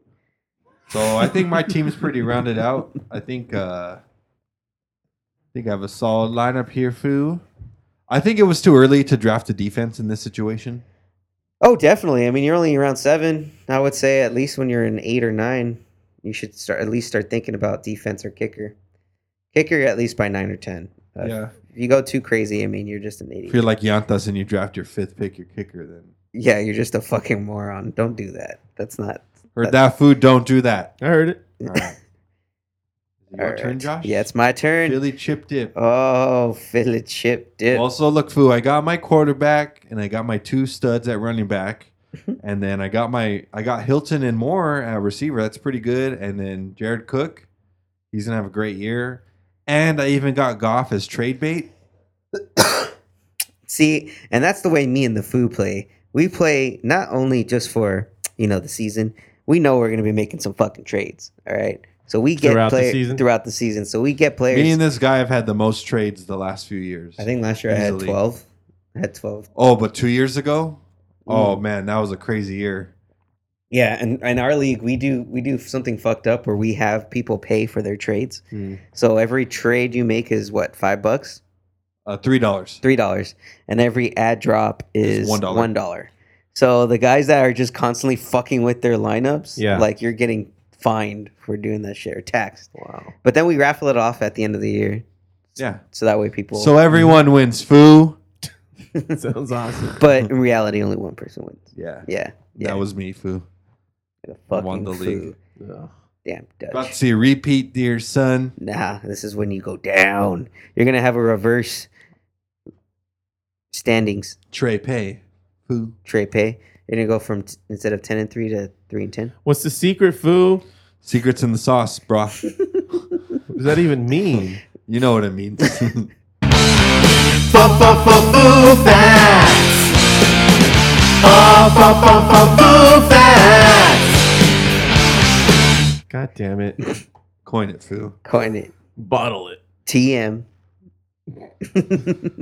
C: So I think my team's pretty rounded out. I think uh I think I have a solid lineup here, Foo. I think it was too early to draft a defense in this situation.
B: Oh, definitely. I mean, you're only around seven. I would say at least when you're in eight or nine, you should start at least start thinking about defense or kicker. Kicker at least by nine or ten. Uh, If you go too crazy, I mean, you're just an
C: If
B: idiot.
C: you're like Yantas and you draft your fifth pick, your kicker, then
B: yeah, you're just a fucking moron. Don't do that. That's not.
C: heard that Foo, don't
B: <laughs>
C: do that.
E: I heard it.
C: All right. Your
B: All
C: turn,
B: right.
C: Josh?
B: Yeah, it's my turn.
C: Philly chip dip.
B: Oh, Philly chip dip.
C: Also, look, Foo, I got my quarterback and I got my two studs at running back.
B: Mm-hmm.
C: and then I got my I got Hilton and Moore at receiver. That's pretty good. And then Jared Cook, he's gonna have a great year. And I even got Goff as trade bait.
B: See, and that's the way me and the foo play. We play not only just for you know the season. We know we're gonna be making some fucking trades. All right, so we get
E: Throughout the
B: players
E: season?
B: throughout the season. So we get players.
C: Me and this guy have had the most trades the last few years.
B: I think last year I had
C: Easily.
B: twelve. I had twelve.
C: Oh, but two years ago. Oh man, that was a crazy year.
B: Yeah, and in our league, we do we do something fucked up where we have people pay for their trades. So every trade you make is what five bucks,
C: Uh, Three dollars.
B: three dollars, and every ad drop
C: Is
B: is one
C: $1.
B: dollar. One dollar. So the guys that are just constantly fucking with their lineups,
E: Yeah.
B: like you're getting fined for doing that shit or taxed.
E: Wow.
B: But then we raffle it off at the end of the year,
C: Yeah.
B: so that way people.
C: So everyone wins. Foo.
E: <laughs> Sounds awesome.
B: <laughs> but in reality, only one person wins.
C: Yeah.
B: Yeah, yeah.
C: That was me. Foo.
B: the fucking
C: won the
B: foo.
C: league.
E: Ugh.
B: Damn Dutch.
C: About to see a repeat, dear son.
B: Nah, this is when you go down. You're gonna have a reverse standings
C: Trey Pay. Foo.
B: tray pay. You're gonna go from t- instead of ten and three to three and ten.
E: What's the secret, foo?
C: Secrets in the sauce,
B: <laughs>
C: bro.
E: What does that even mean?
C: You know what I mean. <laughs>
E: God damn it.
C: Coin it, Foo.
B: Coin it
E: Bottle it.
B: TM.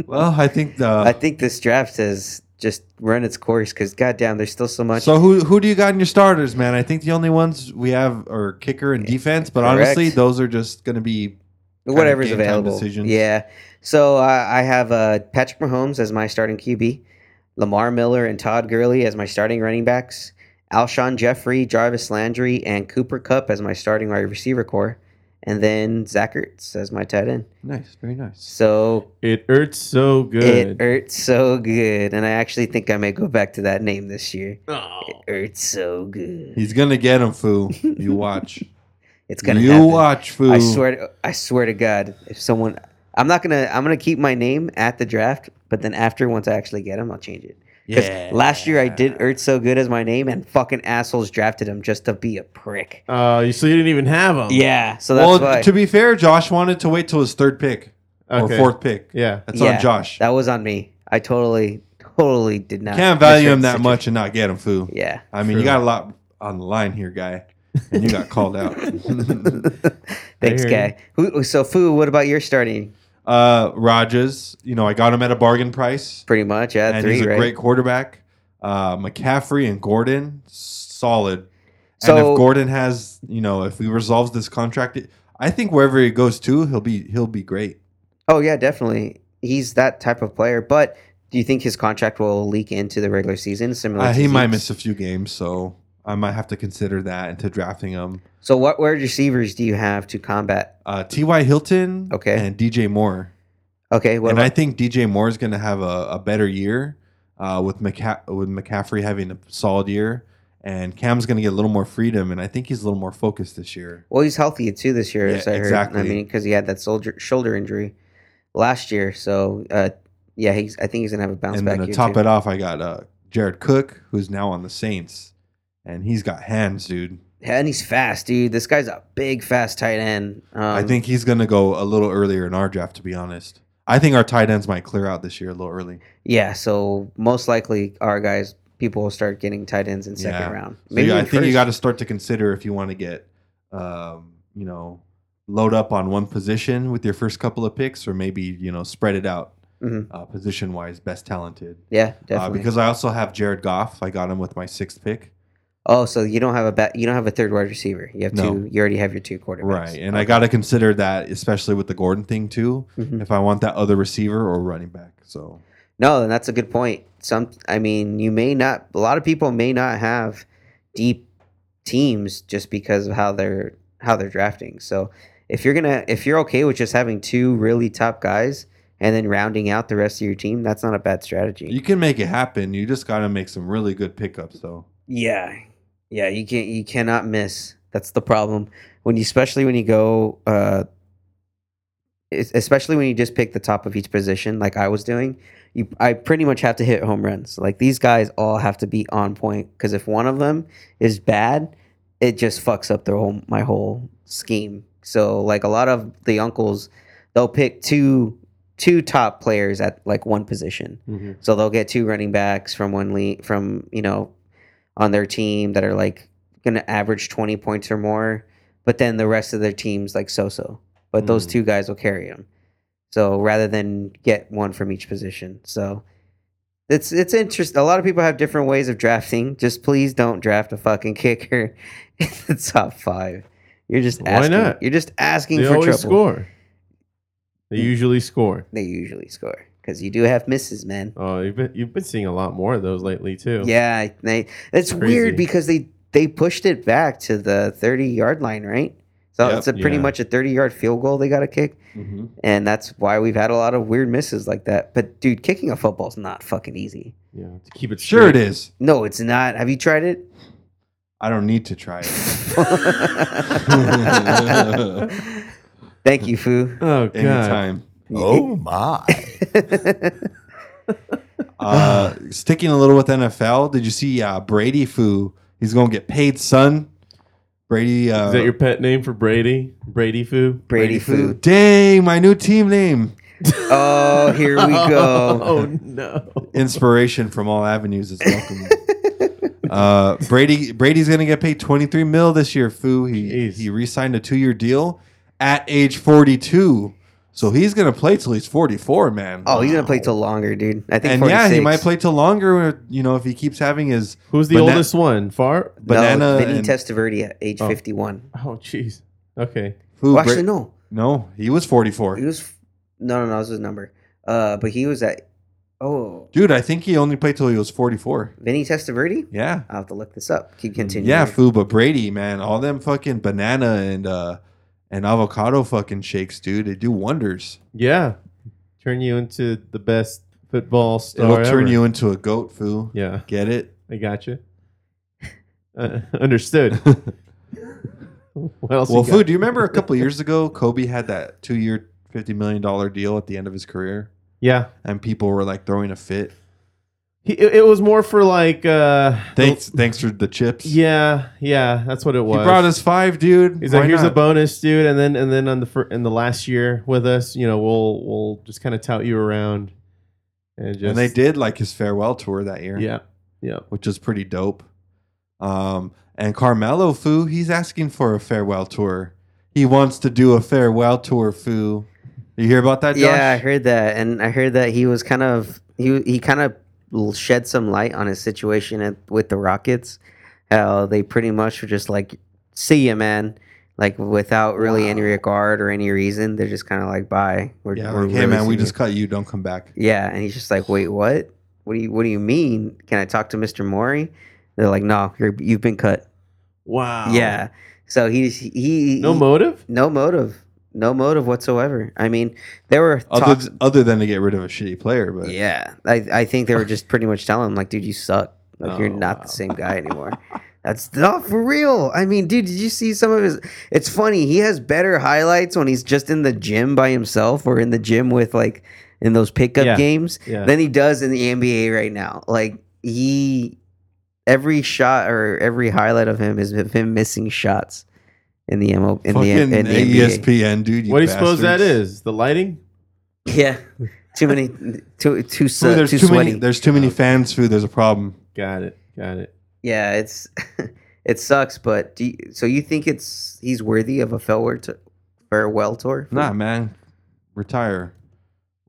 C: Well, I think the.
B: I think this draft says just run its course because goddamn, there's still so much.
C: so who who do you got in your starters, man? I think the only ones we have are kicker and defense, but
B: Correct.
C: honestly, those are just going to be of
B: whatever's
C: game time
B: available.
C: decisions.
B: Yeah. So uh, I have uh, Patrick Mahomes as my starting QB, Lamar Miller and Todd Gurley as my starting running backs, Alshon Jeffrey, Jarvis Landry, and Cooper Cup as my starting wide receiver core, and then Zacherts as my tight end.
C: nice, very nice.
B: So
E: It hurts so
B: it
E: good.
B: hurts so good, and I actually think I may go back to that name this year.
E: Oh.
B: It hurts so good.
C: He's going to get him, Foo.
B: <laughs>
C: You watch.
B: It's gonna
C: you
B: happen.
C: watch, Foo.
B: I swear, to, I swear to God, if someone, I'm not gonna, I'm gonna keep my name at the draft, but then after once I actually get him, I'll change it. 'Cause
C: Yeah.
B: Last year I did Ert so good as my name, and fucking assholes drafted him just to be a prick.
E: Oh, you so you didn't even have them.
B: Yeah, so that's
C: Well,
B: why.
C: to be fair, Josh wanted to wait till his third pick or
E: Okay.
C: fourth pick.
E: Yeah.
C: That's
B: yeah,
C: on Josh.
B: That was on me. I totally, totally did not.
C: Can't value
B: misread
C: him
B: the
C: that
B: situ-
C: much and not get him, Foo.
B: Yeah.
C: I mean, you
E: True.
C: got a lot on the line here, guy, and you got
B: <laughs>
C: called out.
B: Thanks,
E: hear
B: guy. Who, so, Foo, what about your starting?
C: uh, Rogers, you know, I got him at a bargain price,
B: Pretty much, yeah,
C: and
B: three,
C: he's a
B: right?
C: great quarterback. Uh, McCaffrey and Gordon, solid. and
B: So-
C: if Gordon has, you know, if he resolves this contract, I think wherever he goes to, he'll be he'll be great.
B: Oh yeah, definitely. He's that type of player. But do you think his contract will leak into the regular season? Similar, to
C: Uh, he might
B: Zeke's?
C: miss a few games, so I might have to consider that into drafting him.
B: So, what wide receivers do you have to combat?
C: Uh, T.Y. Hilton,
B: Okay.
C: and DJ Moore.
B: Okay, what
C: and
B: about,
C: I think DJ Moore is going to have a, a better year uh, with McCa- with McCaffrey having a solid year, and Cam's going to get a little more freedom, and I think he's a little more focused this year.
B: well, he's healthy too this year,
C: Yeah,
B: as I heard.
C: exactly.
B: I mean, because he had that soldier, shoulder injury last year. So, uh, yeah, he's. I think he's gonna have a bounce
C: and
B: back
C: then to
B: year
C: top
B: too.
C: it off, I got uh, Jared Cook, who's now on the Saints, and he's got hands, dude.
B: And he's fast, dude. This guy's a big, fast tight end. Um,
C: I think he's going to go a little earlier in our draft, to be honest. I think our tight ends might clear out this year a little early.
B: Yeah, so most likely our guys, people will start getting tight ends in second
C: Yeah.
B: round.
C: So yeah, I
B: even
C: think you
B: first.
C: got to start to consider if you want to get, um, you know, load up on one position with your first couple of picks, or maybe you know spread it out
B: Mhm.
C: uh, position wise, best talented.
B: Yeah,
C: Uh,
B: definitely.
C: because I also have Jared Goff. I got him with my sixth pick,
B: Oh, so you don't have a ba- you don't have a third wide receiver. You have
C: No.
B: two. You already have your two quarterbacks.
C: right, and I got to consider that, especially with the Gordon thing too,
B: Mhm.
C: if I want that other receiver or running back. So
B: No, and that's a good point. Some, I mean, you may not. A lot of people may not have deep teams just because of how they're how they're drafting. So if you're gonna if you're okay with just having two really top guys and then rounding out the rest of your team, that's not a bad strategy.
C: you can make it happen. You just got to make some really good pickups, though.
B: Yeah, yeah. You can not you cannot miss. That's the problem when you, especially when you go, uh, es- especially when you just pick the top of each position, like I was doing. You, I pretty much have to hit home runs. Like these guys all have to be on point because if one of them is bad, it just fucks up their whole my whole scheme. So like a lot of the uncles, they'll pick two two top players at like one position. So they'll get two running backs from one league from you know on their team that are like going to average 20 points or more, but then the rest of their team's like so-so. But those
E: Hmm.
C: Mm.
B: two guys will carry them. So rather than get one from each position. So it's it's interesting. A lot of people have different ways of drafting. Just please don't draft a fucking kicker <laughs> in the top 5. You're just
E: Why
B: asking,
E: not?
B: You're just asking
E: They
B: for
E: always
B: trouble.
E: score.
B: Mm.
E: They usually score.
B: They usually score cuz you do have misses, man.
E: Oh, you've been you've been seeing a lot more of those lately too.
B: Yeah, they, it's
E: Crazy.
B: weird because they they pushed it back to the 30 yard line, right? So
C: Yep.
B: it's a pretty
E: Yeah.
B: much a 30 yard field goal they got to kick,
C: Mhm.
B: and that's why we've had a lot of weird misses like that. But dude, kicking a football is not fucking easy.
E: yeah. To keep it
C: Sure,
E: straight.
C: it is.
B: No, it's not. Have you tried it?
C: I don't need to try
B: <laughs>
C: it. <laughs>
B: Thank you, Foo.
E: Oh god.
C: Anytime.
B: <laughs>
A: Oh my.
B: <sighs>
C: Uh, sticking a little with NFL, did you see uh, Brady Foo? He's gonna get paid, son. Brady. Uh,
E: Is that your pet name for Brady? Brady Foo.
B: Brady
C: <laughs>
B: Foo.
C: dang my new team name?
B: Oh, here we
E: Oh
B: go.
E: no.
C: Inspiration from all avenues is
B: <laughs>
C: welcome. uh, Brady Brady's gonna get paid twenty three mil this year. Foo. He
E: Jeez.
C: he re-signed a two year deal at age forty two. So he's gonna play till he's forty four, man.
B: Oh, he's gonna play till longer, dude. I think.
C: and
B: 46.
C: yeah, he might play till longer. You know, if he keeps having his
E: Who's the
C: Bana-
E: oldest one? Far.
C: banana
B: No, Vinny
C: and-
B: Testaverde at age 51.
E: Oh jeez. Okay.
C: Foo.
B: Well,
C: Bra-
B: actually, no.
C: no, he was forty four.
B: He was no, no, no. This was his number. Uh, but he was at oh,
C: Dude, I think he only played till he was 44.
B: Vinny Testaverde.
C: Yeah.
B: I'll have to look this up. Keep continuing.
C: Yeah, Foo, but Brady, man, all them fucking banana and uh and avocado fucking shakes, dude. They do wonders.
E: Yeah. Turn you into the best football star.
C: It'll turn
E: ever.
C: you into a goat, Foo.
E: Yeah.
C: Get it?
E: I gotcha. <laughs> Uh,
C: <laughs>
E: understood. what else?
C: Well,
E: you got?
C: Foo, do you remember a couple years ago Kobe had that 2-year, 50 million dollar deal at the end of his career
E: Yeah.
C: and people were like throwing a fit.
E: He, it, it was more for like. uh
C: Thanks thanks for the chips.
E: Yeah, yeah, that's what it
C: He
E: was.
C: brought us 5, dude.
E: He's
C: Why
E: like, here's
C: not?"
E: a bonus, dude, and then and then on the fir- in the last year with us, you know, we'll we'll just kind of tout you around, and just
C: And they did like his farewell tour that year.
E: yeah, yeah.
C: which is pretty dope. Um, and Carmelo Fu, he's asking for a farewell tour. He wants to do a farewell tour, Fu. You hear about that, Josh?
B: yeah. I heard that, and I heard that he was kind of he he kind of shed some light on his situation at, with the Rockets. How they pretty much were just like, "See ya, man." Like without really any regard or any reason, they're just kind of like, "Bye." We're,
C: Yeah,
B: we're
C: like, hey
B: really
C: man, we
B: seeing
C: just
B: you."
C: cut you. Don't come back.
B: Yeah, and he's just like, "Wait, what? What do you What do you mean? Can I talk to Mr. Maury?" They're like, "No, you're, you've been cut."
E: Wow.
B: Yeah. So he's he
E: Um, No
B: he-
E: motive.
B: no motive, no motive whatsoever. I mean, there were
C: Other,
B: talks.
C: other than to get rid of a shitty player, but
B: Yeah, I I think they
E: <laughs>
B: were just pretty much telling him like, dude, you suck. Like you're
E: Oh,
B: not the same guy anymore. That's not for real. I mean, dude, did you see some of his? It's funny. He has better highlights when he's just in the gym by himself or in the gym with like in those pickup
E: Yeah.
B: games
E: Yeah.
B: than he does in the NBA right now. Like he, every shot or every highlight of him is of him missing shots in the MO in the,
C: fucking E
B: in the NBA.
C: ESPN, dude. You
E: what do you suppose that
C: bastards.
E: is? The lighting.
B: <laughs> Yeah, too many, too too,
C: Fu,
B: su-
C: there's
B: too
C: too,
B: sweaty.
C: many. There's too many fans, Fu. There's a problem.
E: Got it. Got it.
B: yeah, it's <laughs> it sucks, but do you, so you think it's he's worthy of a farewell to, farewell tour?
C: Nah, man, retire.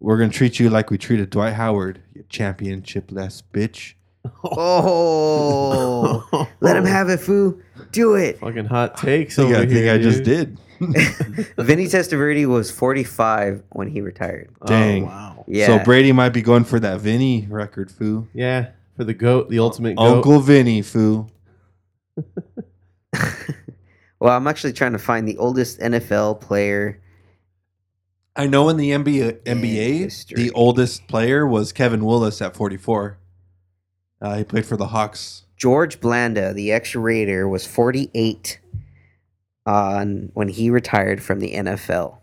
C: We're gonna treat you like we treated Dwight Howard, you championship-less bitch.
B: <laughs>
C: <laughs>
B: Oh, <laughs> let him have it, foo. Do it.
E: Fucking hot takes
C: So
E: over
C: I think
E: here.
C: I just
E: dude.
C: did.
B: Vinny Testaverde was 45 when he retired.
E: Oh,
C: Dang.
E: wow.
B: Yeah.
C: So Brady might be going for that Vinny record, foo.
E: Yeah. For the goat, the ultimate goat.
C: Uncle Vinny, foo.
B: well, I'm actually trying to find the oldest NFL player.
C: I know in the NBA,
B: In
C: NBA
B: history.
C: the oldest player was Kevin Willis at 44. Uh, he played for the Hawks.
B: George Blanda, the ex-Raider, was 48 on when he retired from the NFL.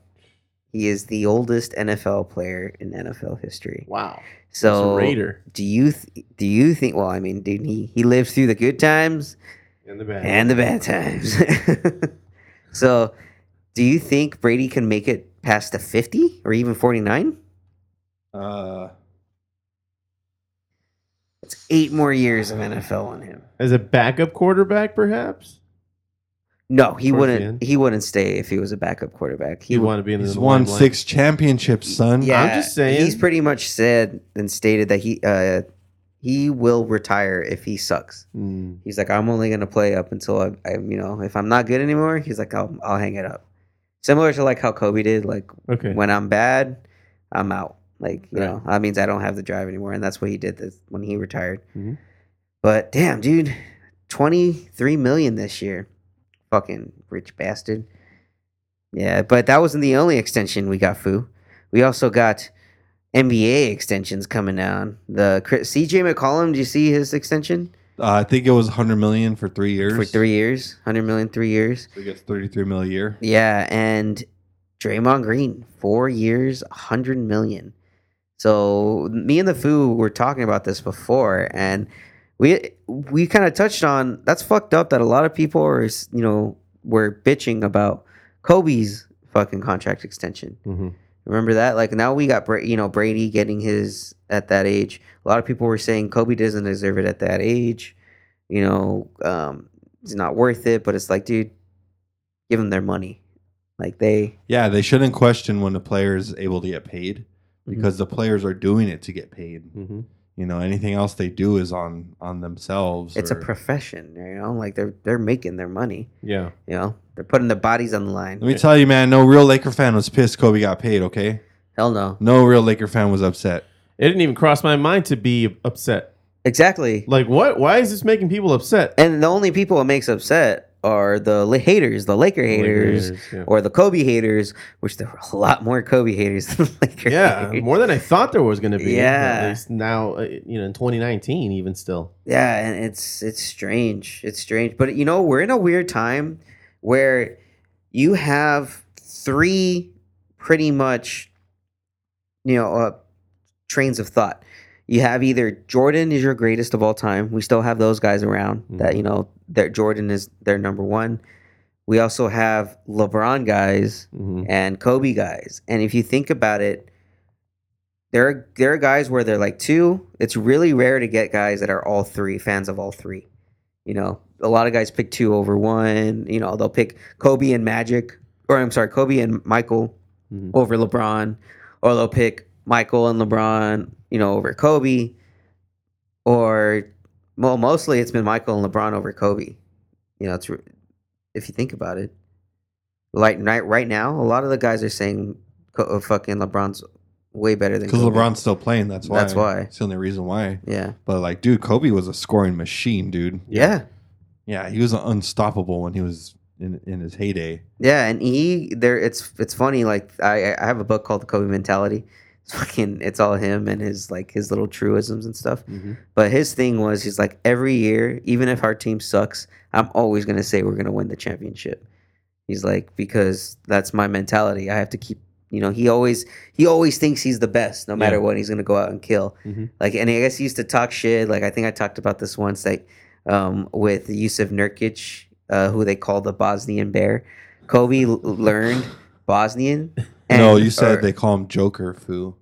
B: He is the oldest NFL player in NFL history.
E: Wow. That's a
B: So,
E: Raider
B: do you th- do you think? Well, I mean, dude, he he lived through the good times
E: in the back.
B: and the bad times. <laughs> so, do you think Brady can make it past the 50 or even 49?
C: Uh,
B: It's eight more years of NFL on him.
E: as a backup quarterback, perhaps
B: No, he
E: Towards the
B: wouldn't.
E: end.
B: He wouldn't stay if he was a backup quarterback. He
E: you
B: would.
E: want to be in
C: he's
E: the
C: won
E: limelight.
C: six championships, son.
B: Yeah,
E: I'm just saying.
B: He's pretty much said and stated that he uh, he will retire if he sucks.
E: Mm.
B: He's like, I'm only gonna play up until I, I you know, if I'm not good anymore, he's like, I'll, I'll hang it up. Similar to like how Kobe did. Like
E: Okay.
B: when I'm bad, I'm out. Like you
E: Right.
B: know, that means I don't have the drive anymore, and that's what he did this, when he retired.
E: Mhm.
B: But damn, dude, twenty three million this year, fucking rich bastard. Yeah, but that wasn't the only extension we got. Foo, we also got NBA extensions coming down. The Cri- CJ McCollum, did you see his extension
C: Uh, I think it was 100 million for three years.
B: for three years, hundred million, three years.
C: So he gets 33 mil a year.
B: Yeah, and Draymond Green, four years, hundred million. So me and the Foo were talking about this before, and we we kind of touched on that's fucked up that a lot of people are you know were bitching about Kobe's fucking contract extension.
E: Mhm.
B: Remember that? Like now we got Bra- you know Brady getting his at that age. A lot of people were saying Kobe doesn't deserve it at that age. You know, um, it's not worth it. But it's like, dude, give them their money. Like they,
C: Yeah, they shouldn't question when a player is able to get paid
B: Mm-hmm.
C: because the players are doing it to get paid.
E: Mhm.
C: You know, anything else they do is on on themselves.
B: it's a
C: or-
B: profession. You know, like they're they're making their money.
E: Yeah.
B: You know, they're putting their bodies on the line.
C: Let me tell you, man, no real Laker fan was pissed Kobe got paid, okay?
B: Hell no.
C: No real Laker fan was upset.
E: It didn't even cross my mind to be upset.
B: Exactly.
E: Like what? Why is this making people upset?
B: And the only people it makes upset are the la- haters, the Laker haters,
E: Lakers, yeah.
B: or the Kobe haters, which there were a lot more Kobe haters than <laughs> Laker
E: Yeah,
B: haters.
E: more than I thought there was going to be.
B: Yeah.
E: At least now, uh, you know, in 2019, even still.
B: yeah and it's it's strange it's strange but you know we're in a weird time where you have three pretty much you know uh, trains of thought you have either jordan is your greatest of all time we still have those guys around that you know that jordan is their number one we also have lebron guys
E: Mhm.
B: and Kobe guys. And if you think about it, there are there are guys where they're like two. It's really rare to get guys that are all three fans of all three. You know, a lot of guys pick two over one. You know, they'll pick Kobe and Magic, or I'm sorry, Kobe and Michael
E: Mhm.
B: over LeBron, or they'll pick Michael and LeBron. You know, over Kobe, or well, mostly it's been Michael and LeBron over Kobe. You know, it's re- if you think about it like right right now, a lot of the guys are saying Co- uh, fucking LeBron's way better than
C: Because
B: Kobe.
C: LeBron's still playing, that's why.
B: That's why.
C: It's the only reason why.
B: Yeah.
C: But like, dude, Kobe was a scoring machine, dude.
B: yeah,
C: Yeah, he was unstoppable when he was in, in his heyday.
B: yeah, and he there. It's it's funny. Like I I have a book called The Kobe Mentality. It's fucking. It's all him and his like his little truisms and stuff.
E: Mhm.
B: But his thing was he's like every year, even if our team sucks, I'm always gonna say we're gonna win the championship. He's like because that's my mentality. I have to keep. You know, he always he always thinks he's the best, no matter
E: Yeah.
B: what. He's gonna go out and kill.
C: Mm-hmm.
E: Mhm.
B: Like, and I guess he used to talk shit. Like, I think I talked about this once, like um, with Yusuf Nurkic, uh, who they call the Bosnian Bear. Kobe l- learned Bosnian.
C: <laughs> no, you said
B: or-
C: they call him Joker, foo.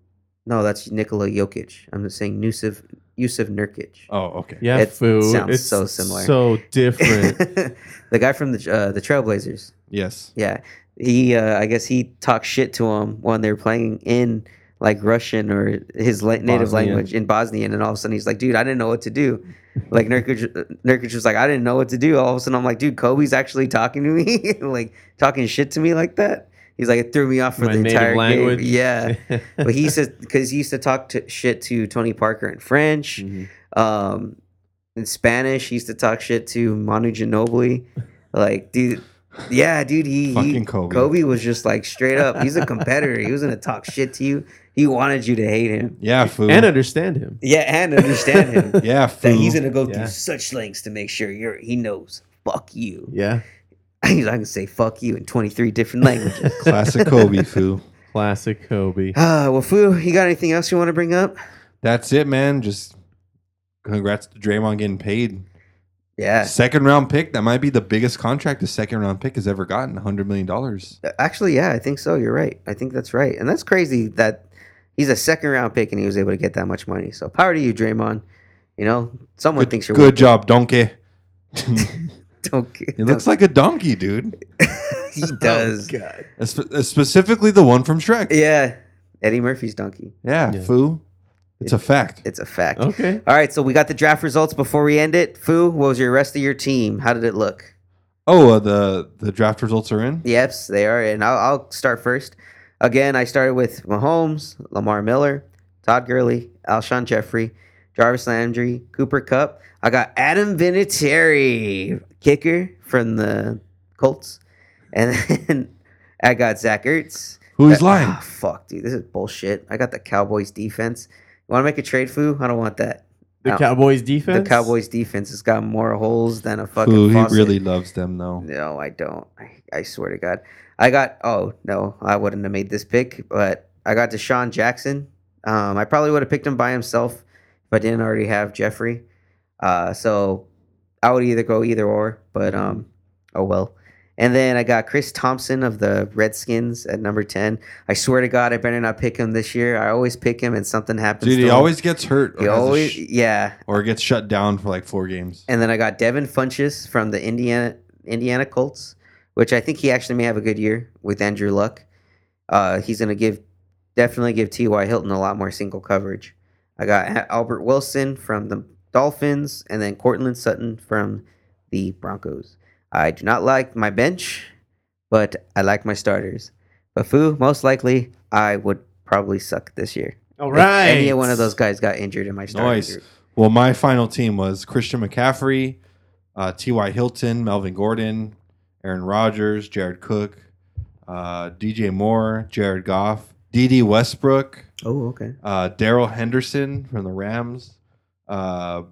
B: No, that's Nikola Jokic. I'm just saying Yusuf Yusuf Nurkic.
C: Oh, okay.
E: Yeah,
B: It
E: food.
B: sounds
E: it's
B: so similar.
E: So
B: <laughs>
E: different. <laughs>
B: the guy from the uh, the Trailblazers.
C: Yes.
B: Yeah, he. Uh, I guess he talked shit to him when they were playing in like Russian or his la- native
E: Bosnian.
B: language in Bosnian, and all of a sudden he's like, "Dude, I didn't know what to do." Like Nurkic, Nurkic was like, "I didn't know what to do." All of a sudden, I'm like, "Dude, Kobe's actually talking to me, <laughs> like talking shit to me like that." He's like, "It threw me off for
E: My
B: the
E: native
B: entire
E: language.
B: game."
E: <laughs>
B: Yeah, but he says because he used to talk to, shit to Tony Parker in French, um, in Spanish. He used to talk shit to Manu Ginobili. Like, dude, yeah, dude, he, he-
C: Fucking Kobe.
B: was just like straight up. He's a competitor. he was gonna talk shit to you. He wanted you to hate him.
C: Yeah, foo.
E: and understand him.
B: Yeah, and understand
C: <laughs>
B: him
C: yeah,
B: <laughs>
C: foo.
B: that he's gonna go
E: Yeah.
B: through such lengths to make sure you're. He knows. Fuck you. <laughs>
E: Yeah.
B: He's like, I can say fuck you in 23 different languages.
C: <laughs> Classic Kobe, foo.
E: Classic Kobe.
B: Ah, well, Fu, you got anything else you want to bring up?
C: That's it, man. Just congrats to Draymond getting paid.
B: Yeah.
C: Second round pick. That might be the biggest contract a second round pick has ever gotten. $100 million.
B: Actually, yeah, I think so. You're right. I think that's right, and that's crazy that He's a second round pick, and he was able to get that much money. So power to you, Draymond. You know, someone thinks you're
C: Good job, donkey.
B: <laughs> Don't, get-
C: He looks like a donkey, dude.
B: he
C: <laughs>
E: Oh,
B: does.
C: It's spe- it's specifically the one from Shrek. Yeah,
B: yeah, Eddie Murphy's donkey.
C: foo. It's a fact.
B: It's a fact.
E: Okay.
B: All right, so we got the draft results before we end it. Foo, what was your rest of your team? How did it look?
C: Oh, uh, the the draft results are in.
B: Yeps, they are, and I'll, I'll start first. Again, I started with Mahomes, Lamar Miller, Todd Gurley, Alshon Jeffrey, Jarvis Landry, Cooper Cup. I got Adam Vinatieri, kicker from the Colts, and then <laughs> I got Zach Ertz.
C: Who's
B: That-
C: lying?
B: Ah, fuck, dude, this is bullshit. I got the Cowboys defense. You want to make a trade, Foo? I don't want that.
E: The
B: Out.
E: Cowboys defense.
B: The Cowboys defense has got more holes than a fucking.
C: Foo, he
B: faucet.
C: really loves them though.
B: No, I don't. I, I swear to God, I got. Oh no, I wouldn't have made this pick, but I got Deshaun Jackson. Um, I probably would have picked him by himself if I didn't already have Jeffrey. Uh, so I would either go either or, but
C: Mm-hmm.
B: um, oh well. And then I got Chris Thompson of the Redskins at number ten. I swear to God, I better not pick him this year. I always pick him, and something happens.
C: Dude,
B: to
C: he
B: him.
C: always gets hurt. Or,
B: He
C: has a
B: always,
C: sh-
B: yeah.
C: or gets shut down for like four games.
B: And then I got Devin Funches from the Indiana Indiana Colts, which I think he actually may have a good year with Andrew Luck. Uh, he's going to give definitely give T.Y. Hilton a lot more single coverage. I got A- Albert Wilson from the Dolphins, and then Cortland Sutton from the Broncos. I do not like my bench, but I like my starters. But foo, most likely, I would probably suck this year.
E: All
B: If
E: right.
B: any one of those guys got injured in my starting
C: Nice.
B: group.
C: Well, my final team was Christian McCaffrey, uh, T.Y. Hilton, Melvin Gordon, Aaron Rodgers, Jared Cook, uh, D.J. Moore, Jared Goff, D.D. Westbrook,
B: Oh, okay.
C: uh, Daryl Henderson from the Rams, uh,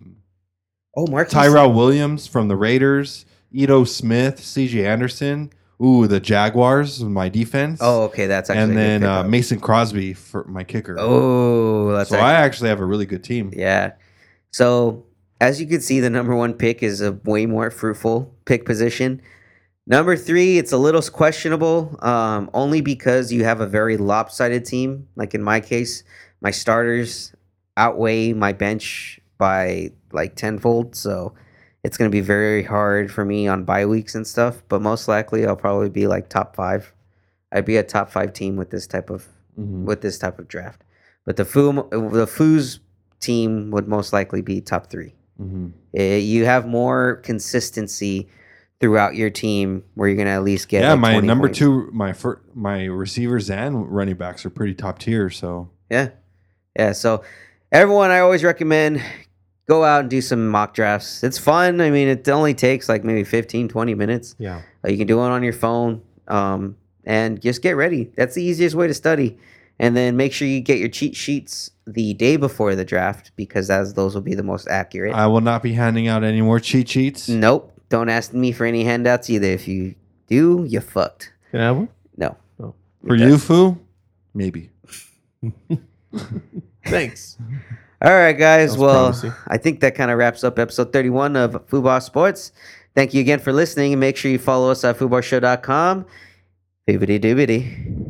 B: Oh, Mark
C: Tyrell Williams from the Raiders, Ito Smith, C.J. Anderson, ooh, the Jaguars, my defense,
B: Oh, okay, that's actually
C: and
B: a good
C: then uh,
B: pickup.
C: Mason Crosby for my kicker.
B: oh, that's
C: so
B: actually,
C: I actually have a really good team.
B: yeah. So as you can see, the number one pick is a way more fruitful pick position. Number three, it's a little questionable, um, only because you have a very lopsided team. Like in my case, my starters outweigh my bench by like tenfold, so it's going to be very hard for me on bye weeks and stuff. But most likely, I'll probably be like top five. I'd be a top five team with this type of
C: Mhm.
B: with this type of draft. But the Foo, the Foo's team would most likely be top three.
C: Mhm.
B: Eh, you have more consistency throughout your team where you're gonna at least get.
C: Yeah,
B: like,
C: my
B: 20
C: number
B: points.
C: two, my fir- my receivers and running backs are pretty top tier. So
B: Yeah, yeah. So everyone, I always recommend go out and do some mock drafts. It's fun. I mean, it only takes like maybe 15, 20 minutes.
E: yeah.
B: Uh, You can do it on your phone um, and just get ready. That's the easiest way to study. And then make sure you get your cheat sheets the day before the draft because as those will be the most accurate.
C: I will not be handing out any more cheat sheets.
B: nope. Don't ask me for any handouts either. If you do, you fucked.
E: Can I have one?
B: No.
C: For you, Foo, maybe.
E: Thanks.
B: All right, guys.
E: Sounds
B: Well,
E: promising.
B: I think that kind of wraps up episode 31 of Fubar Sports. Thank you again for listening. And make sure you follow us at FubarShow.com. Bibbidi doobity.